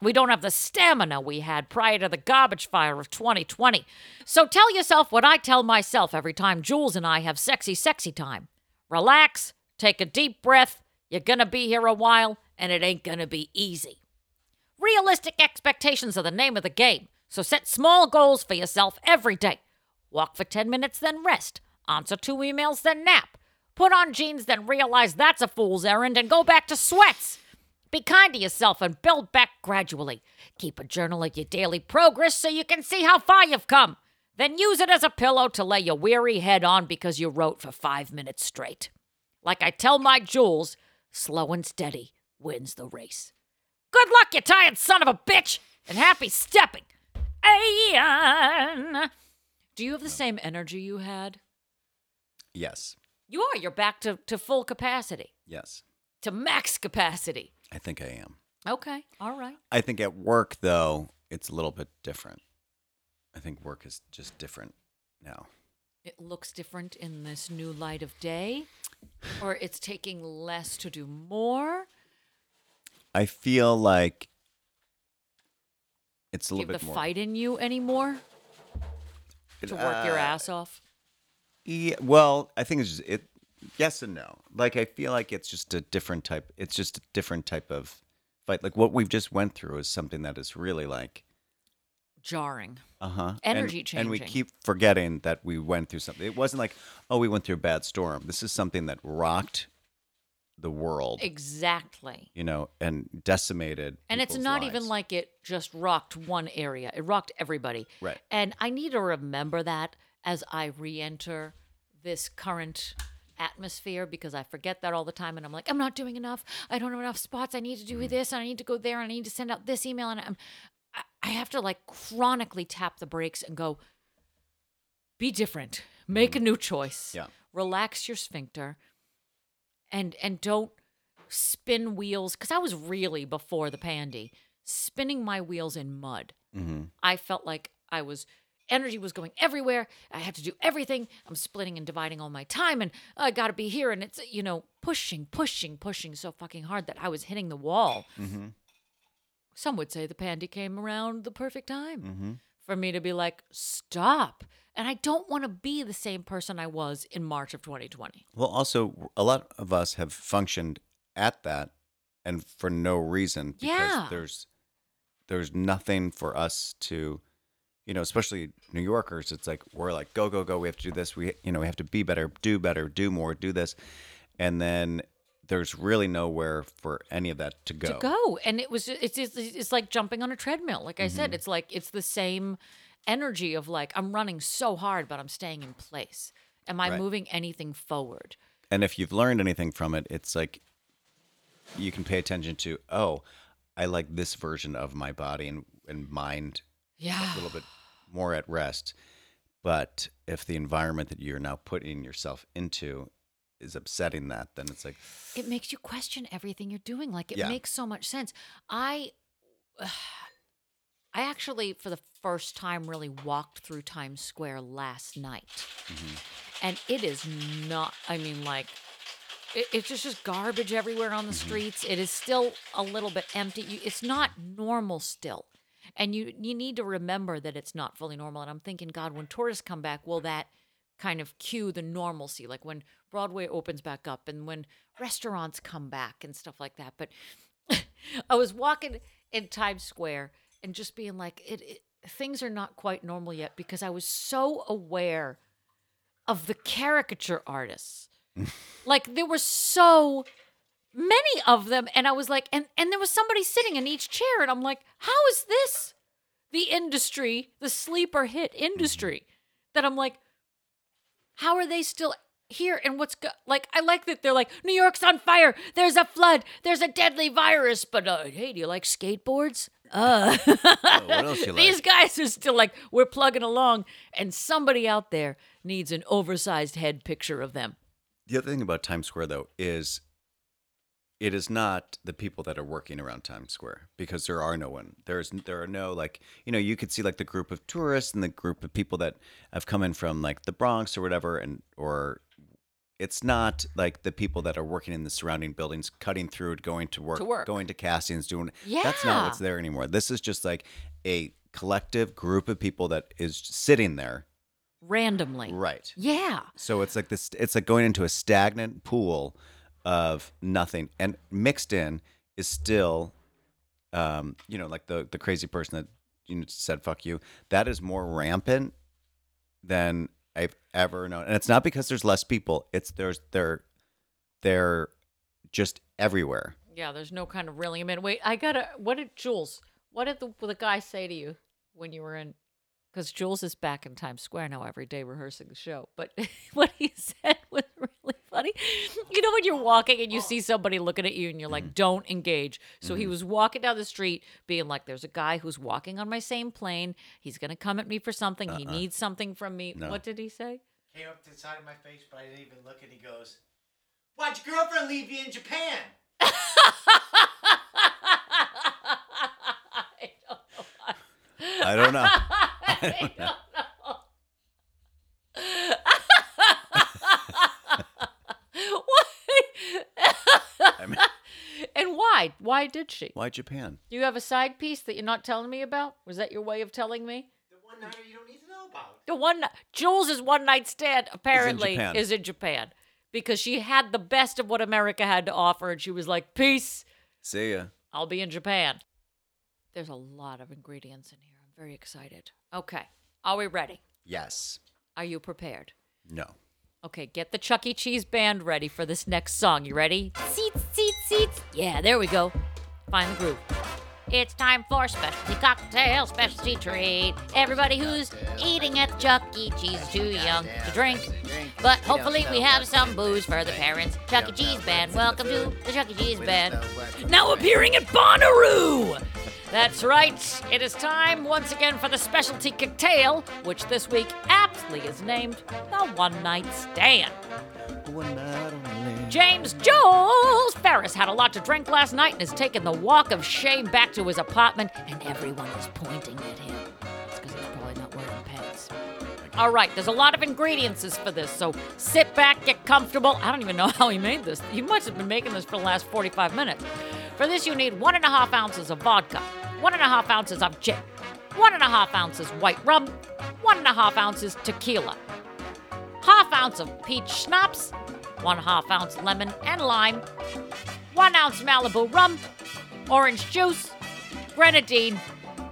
S7: We don't have the stamina we had prior to the garbage fire of 2020. So tell yourself what I tell myself every time Jules and I have sexy, sexy time. Relax, take a deep breath. You're gonna be here a while, and it ain't gonna be easy. Realistic expectations are the name of the game, so set small goals for yourself every day. Walk for 10 minutes, then rest. Answer two emails, then nap. Put on jeans, then realize that's a fool's errand and go back to sweats. Be kind to yourself and build back gradually. Keep a journal of your daily progress so you can see how far you've come. Then use it as a pillow to lay your weary head on because you wrote for five minutes straight. Like I tell my Jules, slow and steady wins the race. Good luck, you tired son of a bitch, and happy stepping. Ayan. Do you have the same energy you had?
S8: Yes.
S7: You are. You're back to, to full capacity,
S8: Yes.
S7: to max capacity.
S8: I think I am.
S7: Okay. All right.
S8: I think at work though, it's a little bit different. I think work is just different now.
S7: It looks different in this new light of day, or it's taking less to do more.
S8: I feel like it's a
S7: Do you
S8: little
S7: have the
S8: bit more
S7: fight in you anymore to work your
S8: Uh,
S7: ass off?
S8: Yeah, E, well, I think it's just, it. Yes and no. Like I feel like it's just a different type. It's just a different type of fight. Like what we've just went through is something that is really like
S7: Jarring.
S8: uh huh
S7: Energy
S8: and, And we
S7: changing.
S8: keep forgetting that we went through something. It wasn't like oh we went through a bad storm. This is something that rocked the world.
S7: Exactly.
S8: you know, and decimated.
S7: And it's
S8: people's
S7: not even
S8: lives.
S7: like it just rocked one area, it rocked everybody.
S8: Right.
S7: And I need to remember that as I re enter this current atmosphere because I forget that all the time. And I'm like, I'm not doing enough. I don't have enough spots. I need to do
S8: Mm.
S7: this and I need to go there and I need to send out this email. And I'm, I, I have to like chronically tap the brakes and go, be different, make a new choice,
S8: Yeah.
S7: relax your sphincter and and don't spin wheels because i was really before the pandy spinning my wheels in mud
S8: Mhm.
S7: i felt like i was energy was going everywhere i had to do everything i'm splitting and dividing all my time and i gotta be here and it's you know pushing pushing pushing so fucking hard that i was hitting the wall some would say the pandy came around the perfect time for me to be like stop and i don't want to be the same person i was in march of 2020
S8: Well, also a lot of us have functioned at that, and for no reason because
S7: Yeah.
S8: there's there's nothing for us to, you know, especially New Yorkers. It's like we're like go go go. We have to do this. We you know we have to be better, do better, do more, do this, and then there's really nowhere for any of that to go.
S7: to go and it was it's it's, it's like jumping on a treadmill like i
S8: Mm-hmm.
S7: said it's like it's the same energy of like i'm running so hard but i'm staying in place am i
S8: Right.
S7: moving anything forward
S8: And if you've learned anything from it, it's like you can pay attention to oh, I like this version of my body and and mind
S7: yeah
S8: a little bit more at rest. But if the environment that you're now putting yourself into is upsetting that, then it's like,
S7: it makes you question everything you're doing like it
S8: Yeah.
S7: makes so much sense i i actually for the first time really walked through times square last night and it is not i mean like it, it's just just garbage everywhere on the streets it is still a little bit empty you, it's not normal still and you you need to remember that it's not fully normal and i'm thinking god when tourists come back will that kind of cue the normalcy like when broadway opens back up and when restaurants come back and stuff like that but i was walking in times square and just being like it, it things are not quite normal yet because i was so aware of the caricature artists. like there were so many of them and I was like and and there was somebody sitting in each chair and I'm like how is this the
S8: Mm-hmm.
S7: industry, the sleeper hit industry that I'm like how are they still here and what's go- like I like that they're like New York's on fire. There's a flood. There's a deadly virus. But uh, hey, do you like skateboards? Uh,
S8: Oh, what else you like?
S7: these guys are still like we're plugging along, and somebody out there needs an oversized head picture of them.
S8: The other thing about Times Square, though, is it is not the people that are working around Times Square because there are no one. There's there are no like you know you could see like the group of tourists and the group of people that have come in from like the Bronx or whatever, and or it's not like the people that are working in the surrounding buildings, cutting through, going to work,
S7: To work.
S8: going to castings, doing. That's not what's
S7: Yeah.
S8: there anymore. This is just like a collective group of people that is sitting there.
S7: randomly.
S8: Right.
S7: Yeah.
S8: So it's like this. It's like going into a stagnant pool of nothing, and mixed in is still, um, you know, like the the crazy person that you know, said "fuck you." That is more rampant than I've ever known, and it's not because there's less people. It's there's they're they're just everywhere.
S7: Yeah, there's no kind of really. I mean, wait, I gotta. What did Jules? What did the, the guy say to you when you were in? Because Jules is back in Times Square now every day rehearsing the show. But what he said was really funny. You know, when you're walking and you see somebody looking at you and you're like,
S8: Mm-hmm.
S7: don't engage. So he was walking down the street being like, there's a guy who's walking on my same plane. He's going to come at me for something. He needs something from me.
S8: Uh-uh. No.
S7: What did he say?
S6: Came up to the side of my face, but I didn't even look, and he goes, Why'd your girlfriend leave you in Japan?
S7: I don't know why.
S8: I don't know.
S7: I don't know. Why?
S8: I mean,
S7: and why? Why did she?
S8: why Japan?
S7: Do you have a side piece that you're not telling me about? Was that your way of telling me?
S6: The one nighter you don't need to know about.
S7: The one Jules' one night stand apparently
S8: Japan.
S7: is in Japan because she had the best of what America had to offer, and she was like, "Peace,
S8: See ya.
S7: I'll be in Japan." There's a lot of ingredients in here. I'm very excited. Okay, are we ready?
S8: Yes.
S7: Are you prepared?
S8: No.
S7: Okay, get the Chuck E. Cheese band ready for this next song. You ready? Seats, seats, seats. Yeah, there we go. Find the groove. It's time for specialty cocktail, specialty treat. Everybody who's eating at Chuck E. Cheese is too young to drink. But hopefully we have some booze for the parents. Chuck E. Cheese band, welcome to the Chuck E. Cheese band. Now appearing at Bonnaroo! That's right. It is time once again for the specialty cocktail, which this week aptly is named the One Night Stand.
S8: One night only.
S7: James Jules Ferris had a lot to drink last night and is taking the walk of shame back to his apartment, and everyone is pointing at him. It's because he's probably not wearing pants. All right, there's a lot of ingredients for this, so sit back, get comfortable. I don't even know how he made this. He must have been making this for the last 45 minutes. For this, you need one and a half ounces of vodka, one and a half ounces of gin, one and a half ounces white rum, one and a half ounces tequila, half ounce of peach schnapps, one half ounce lemon and lime, one ounce Malibu rum, orange juice, grenadine,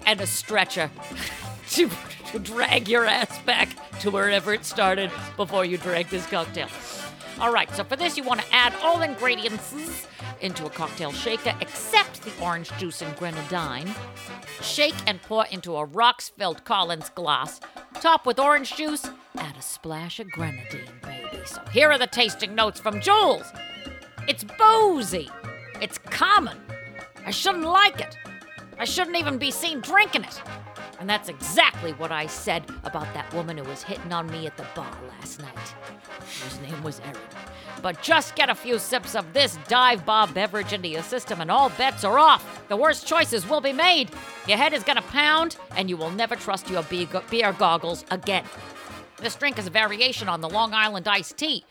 S7: and a stretcher to, to drag your ass back to wherever it started before you drank this cocktail. All right, so for this, you want to add all ingredients into a cocktail shaker except the orange juice and grenadine. Shake and pour into a rocks filled Collins glass. Top with orange juice. Add a splash of grenadine, baby. So here are the tasting notes from Jules. It's boozy. It's common. I shouldn't like it. I shouldn't even be seen drinking it. And that's exactly what I said about that woman who was hitting on me at the bar last night. Whose name was Erin. But just get a few sips of this dive bar beverage into your system and all bets are off. The worst choices will be made. Your head is gonna pound, and you will never trust your beer go- beer goggles again. This drink is a variation on the Long Island iced tea.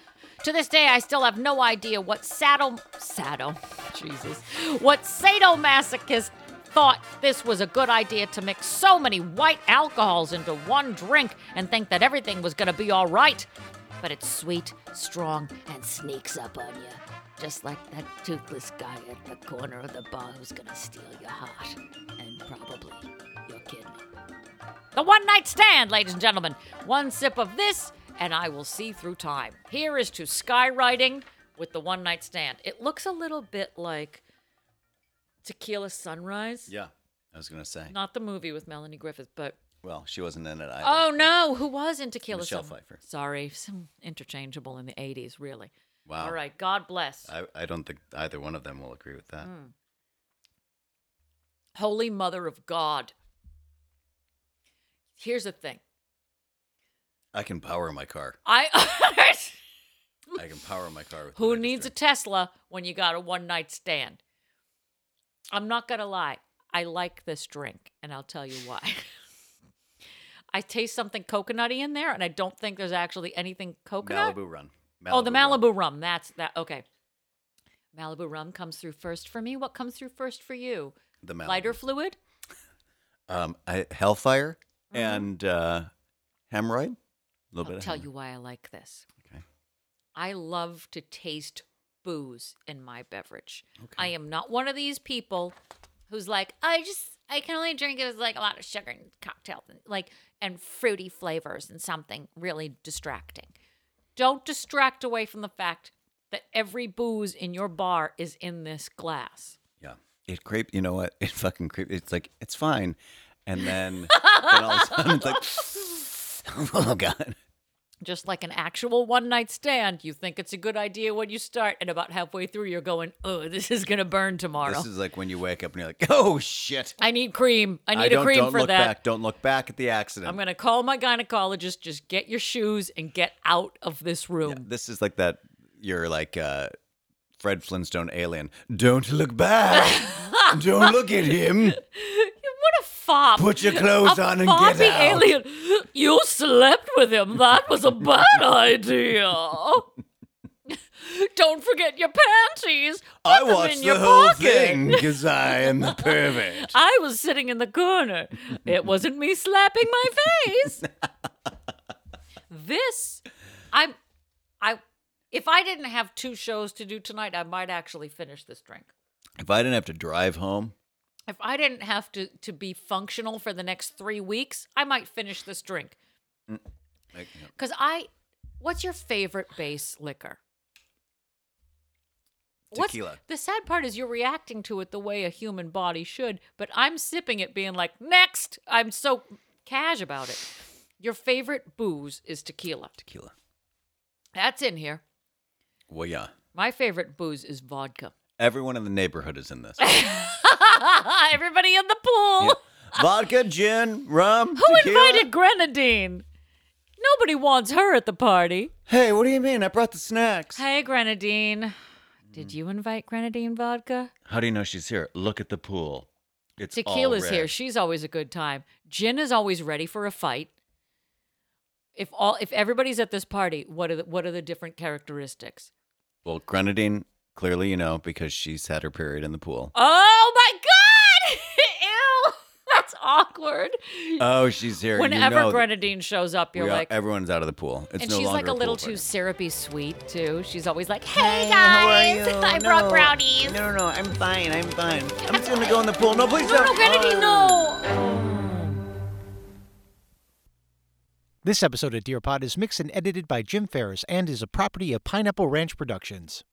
S7: To this day, I still have no idea what saddle, saddle, Jesus, what sadomasochist thought this was a good idea to mix so many white alcohols into one drink and think that everything was going to be all right. But it's sweet, strong, and sneaks up on you, just like that toothless guy at the corner of the bar who's going to steal your heart and probably your kidney. The one night stand, ladies and gentlemen. One sip of this, and I will see through time. Here is to skywriting with the one night stand. It looks a little bit like Tequila Sunrise.
S8: Yeah. I was gonna say.
S7: Not the movie with Melanie Griffith, but
S8: Well, she wasn't in it either.
S7: Oh no, who was in Tequila?
S8: Michelle
S7: Someone-
S8: Pfeiffer.
S7: Sorry, some interchangeable in the '80s, really.
S8: wow.
S7: All right, God bless.
S8: I, I don't think either one of them will agree with that.
S7: Hmm. Holy Mother of God. Here's the thing.
S8: I can power my car.
S7: I
S8: I can power my car with. the
S7: who
S8: register.
S7: needs a Tesla when you got a one night stand? I'm not gonna lie. I like this drink, and I'll tell you why. I taste something coconutty in there, and I don't think there's actually anything coconut.
S8: Malibu run.
S7: oh, the
S8: Run.
S7: Malibu rum. That's that. Okay. Malibu rum comes through first for me. What comes through first for you?
S8: The Malibu.
S7: Lighter fluid?
S8: Um, I, Hellfire and uh, hemorrhoid. A little bit.
S7: Mm-hmm. I'll
S8: of
S7: tell
S8: hemorrhoid.
S7: you why I like this.
S8: Okay.
S7: I love to taste booze in my beverage. I am not one of these people who's like, I just I can only drink it as like a lot of sugar and cocktails and like and fruity flavors and something really distracting. Don't distract away from the fact that every booze in your bar is in this glass.
S8: Yeah. It creep. You know what? It fucking creep. It's like it's fine, and then, then all of a sudden it's like, oh god.
S7: Just like an actual one night stand, you think it's a good idea when you start, and about halfway through, you're going, oh, this is going to burn tomorrow.
S8: This is like when you wake up and you're like, oh shit.
S7: I need cream. I need a
S8: don't,
S7: cream
S8: don't
S7: for
S8: look
S7: that.
S8: back. Don't look back at the accident.
S7: I'm going to call my gynecologist. Just get your shoes and get out of this room.
S8: This is like that. You're like uh, Fred Flintstone alien. Don't look back. Don't look at him.
S7: What a fop.
S8: Put your clothes
S7: a
S8: on and
S7: fobby
S8: get out.
S7: alien. You slept with him. That was a bad idea. Don't forget your panties. Put
S8: I
S7: them
S8: watched
S7: in
S8: the
S7: your
S8: whole
S7: pocket.
S8: thing because I am the pervert.
S7: I was sitting in the corner. It wasn't me slapping my face. this, I'm, I, if I didn't have two shows to do tonight, I might actually finish this drink.
S8: If I didn't have to drive home,
S7: If I didn't have to to be functional for the next three weeks, I might finish this drink.
S8: like, you know,
S7: Cause I, what's your favorite base liquor? What's-
S8: Tequila.
S7: the sad part is you're reacting to it the way a human body should, but I'm sipping it being like, next. I'm so cash about it. Your favorite booze is tequila.
S8: tequila.
S7: That's in here.
S8: Well, yeah.
S7: My favorite booze is vodka.
S8: Everyone in the neighborhood is in this.
S7: Everybody in the pool.
S8: Yeah. Vodka, gin, rum.
S7: Who
S8: tequila.
S7: invited Grenadine? Nobody wants her at the party.
S8: Hey, what do you mean? I brought the snacks.
S7: Hey, Grenadine.
S8: Mm.
S7: Did you invite Grenadine vodka?
S8: How do you know she's here? Look at the pool. It's all
S7: Tequila's
S8: red.
S7: here. She's always a good time. Gin is always ready for a fight. If all if everybody's at this party, what are the, what are the different characteristics?
S8: Well, grenadine, clearly, you know, because she's had her period in the pool.
S7: Oh my god! Ew, that's awkward.
S8: Oh, she's here. You
S7: Whenever
S8: know that
S7: Grenadine shows up,
S8: we
S7: you're
S8: are-
S7: like,
S8: everyone's out of the pool. It's
S7: and
S8: no
S7: she's
S8: longer
S7: like a little
S8: pool
S7: too
S8: party.
S7: syrupy sweet too. She's always like, "Hey
S2: how are
S7: guys,
S2: you?
S7: I brought
S2: No.
S7: brownies."
S2: No, no, I'm fine. I'm fine.
S8: I'm just gonna go in the pool. No, please
S7: No,
S8: don't.
S7: no, Grenadine, no.
S9: This episode of Dear Pod is mixed and edited by Jim Ferris and is a property of Pineapple Ranch Productions.